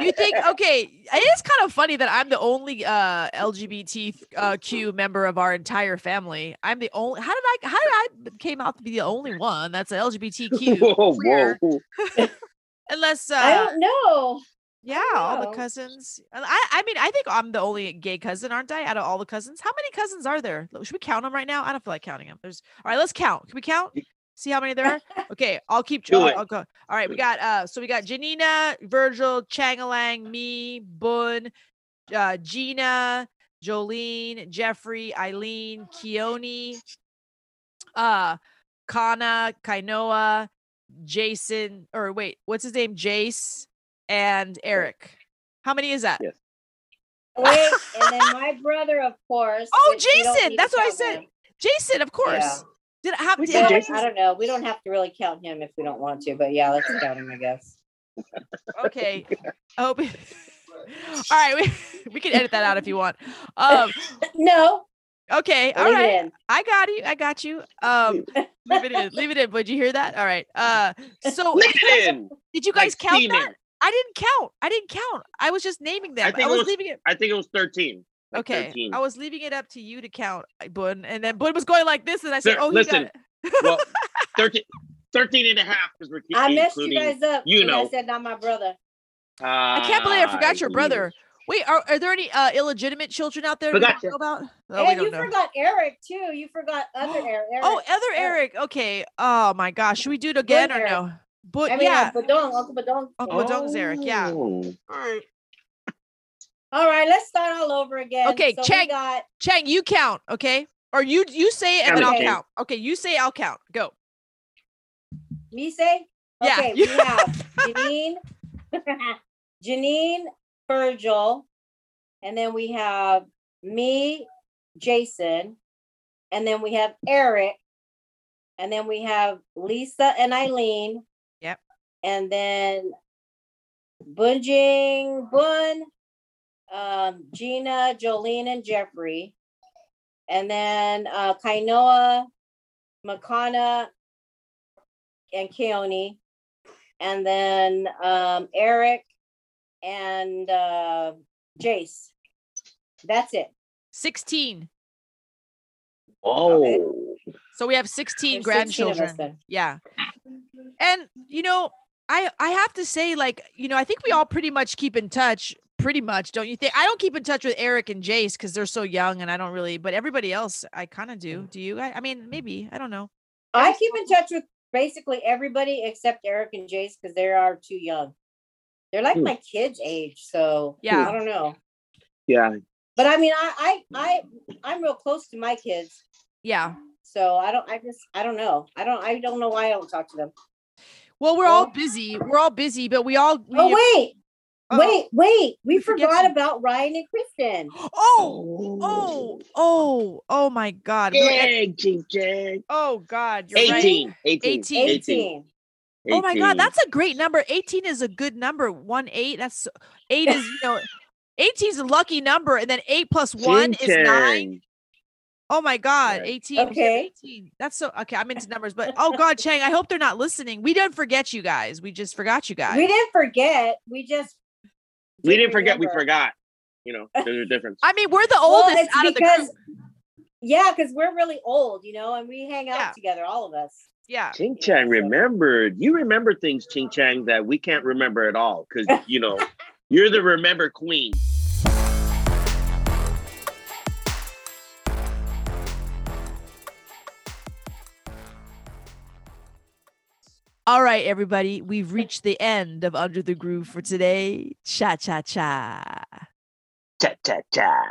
S4: You think okay? It is kind of funny that I'm the only uh LGBTQ member of our entire family. I'm the only. How did I? How did I came out to be the only one? That's LGBTQ.
S3: Whoa,
S4: Queer.
S3: whoa.
S4: Unless
S5: I
S4: uh,
S5: don't know.
S4: yeah, all the
S5: know.
S4: cousins. And I I mean, I think I'm the only gay cousin, aren't I? Out of all the cousins, how many cousins are there? Should we count them right now? I don't feel like counting them. There's all right. Let's count. Can we count? See how many there are? Okay, I'll keep.
S3: Do
S4: I'll-
S3: it.
S4: I'll go. All right, we got uh, so we got Janina, Virgil, Changalang, me, Bun, uh, Gina, Jolene, Jeffrey, Eileen, Keone, uh, Kana, Kainoa, Jason, or wait, what's his name? Jace and Eric. How many is that?
S3: Yeah.
S5: Wait, and then my brother, of course.
S4: Oh,
S5: which you don't
S4: Jason,
S5: need to
S4: that's what I
S5: count
S4: said.
S5: him.
S4: Jason, of course.
S5: Yeah.
S4: Did how,
S3: We
S4: did,
S3: said
S4: how
S5: Yeah,
S4: many-
S3: Jason's-
S5: I don't know. We don't have to really count him if we don't want to, but yeah, let's count him, I guess.
S4: okay. I hope. All right, we, we can edit that out if you want. Um,
S5: No,
S4: okay, all
S5: leave
S4: right.
S5: it in.
S4: I got you. I got you. Um, leave it in. Leave it in. Would you hear that? All right. Uh, so
S3: Leave it in.
S4: did you guys
S3: Like
S4: count
S3: semen.
S4: that? I didn't count. I didn't count. I was just naming them. I,
S3: think it
S4: was,
S3: was
S4: leaving it.
S3: I think it was 13. like
S4: Okay,
S3: 13.
S4: I was leaving it up to you to count, uh, Bun, and then Bun was going like this, and I said,
S3: Sir,
S4: "Oh, he
S3: listen.
S4: got it."
S3: well, 13, 13 and a half because we're
S5: I messed you
S3: including-
S5: guys up.
S3: you
S5: when I
S3: know.
S5: said not my brother.
S4: I can't believe I
S3: Ah,
S4: forgot your
S3: you-
S4: brother. Wait, are, are there any uh, illegitimate children out there?
S3: Forgot
S4: we
S3: you.
S4: don't know about? Oh, we
S5: and
S4: don't
S5: you
S4: know.
S5: forgot Eric too. You forgot other Eric. Eric.
S4: oh, other Eric.
S5: Eric.
S4: Okay. Oh my gosh, should we do it again or
S5: Eric.
S4: no? But
S5: I mean,
S4: yeah.
S5: yeah. Badong, Uncle Badong.
S4: Uncle Badong's Eric, yeah.
S3: Oh.
S5: All right, let's start all over again.
S4: Okay,
S5: so
S4: check.
S5: We got
S4: Chang, you count, okay? Or you you say it and then I'll
S3: Okay.
S4: count. Okay, you say I'll count. Go.
S5: me say.
S4: Yeah,
S5: Okay,
S4: you-
S5: we have Janine, Janine, Virgil, and then we have me, Jason, and then we have Eric, and then we have Lisa and Eileen.
S4: Yep.
S5: And then Bunjing Bun, um, Gina, Jolene, and Jeffrey. And then uh, Kainoa, Makana, and Keone. And then um, Eric and uh, Jace. That's it.
S4: 16.
S3: Oh.
S4: So we have 16
S5: There's 16 of us
S4: grandchildren.
S5: then.
S4: Yeah. And you know, I I have to say like, you know, I think we all pretty much keep in touch pretty much, don't you think? I don't keep in touch with Eric and Jace cuz they're so young and I don't really, but everybody else I kind of do. Do you? I, I mean, maybe. I don't know.
S5: I keep in touch with basically everybody except Eric and Jace because they are too young. They're like
S3: Hmm.
S5: my kids' age, so
S4: Yeah.
S5: I don't know.
S3: Yeah.
S5: But I mean, I, I, I, I'm real close to my kids,
S4: Yeah.
S5: so I don't. I just, I don't know. I don't. I don't know why I don't talk to them.
S4: Well, we're all
S5: Well-
S4: busy. We're all busy, but we all we
S5: Oh wait,
S4: Uh-oh.
S5: wait, wait! We
S4: We Oh. forget
S5: forgot
S4: some-
S5: about Ryan and Kristen.
S4: Oh, oh, oh, oh my God. We're at-
S3: Jig, jig, jig.
S4: Oh God. You're right.
S3: 18, 18,
S4: 18.
S3: 18,
S5: Eighteen.
S4: Oh my
S3: 18.
S4: God. That's a great number. 18 is a good number. One, eight. That's eight is, you know, 18 is a lucky number. And then eight plus one is nine.
S3: Jing,
S4: Oh my God.
S3: Right.
S4: 18. we have
S5: Okay.
S4: 18. That's so, okay. I'm into numbers, but oh God, Chang, I hope they're not listening. We didn't forget you guys. We just forgot you guys.
S5: We didn't forget. We just
S3: We didn't forget. We
S5: remember.
S3: forgot. You know, there's a difference.
S4: I mean, we're the
S5: Well,
S4: oldest
S5: it's
S4: out of the
S5: because-
S4: group.
S5: Yeah, because we're really old, you know, and we hang out
S4: Yeah.
S5: together, all of us.
S4: Yeah.
S3: Ching Chang remembered. You remember things, Ching Chang, that we can't remember at all because, you know, you're the remember queen.
S4: All right, everybody, we've reached the end of Under the Groove for today. Cha cha cha.
S3: Cha cha cha.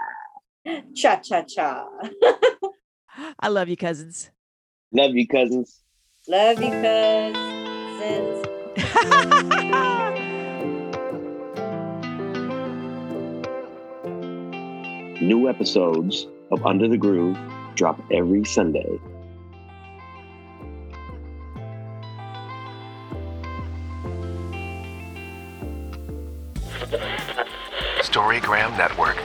S5: Cha cha cha.
S4: I love you, cousins.
S3: Love you, cousins.
S5: Love you, cousins.
S3: New episodes of Under the Groove drop every Sunday.
S1: Storygram Network.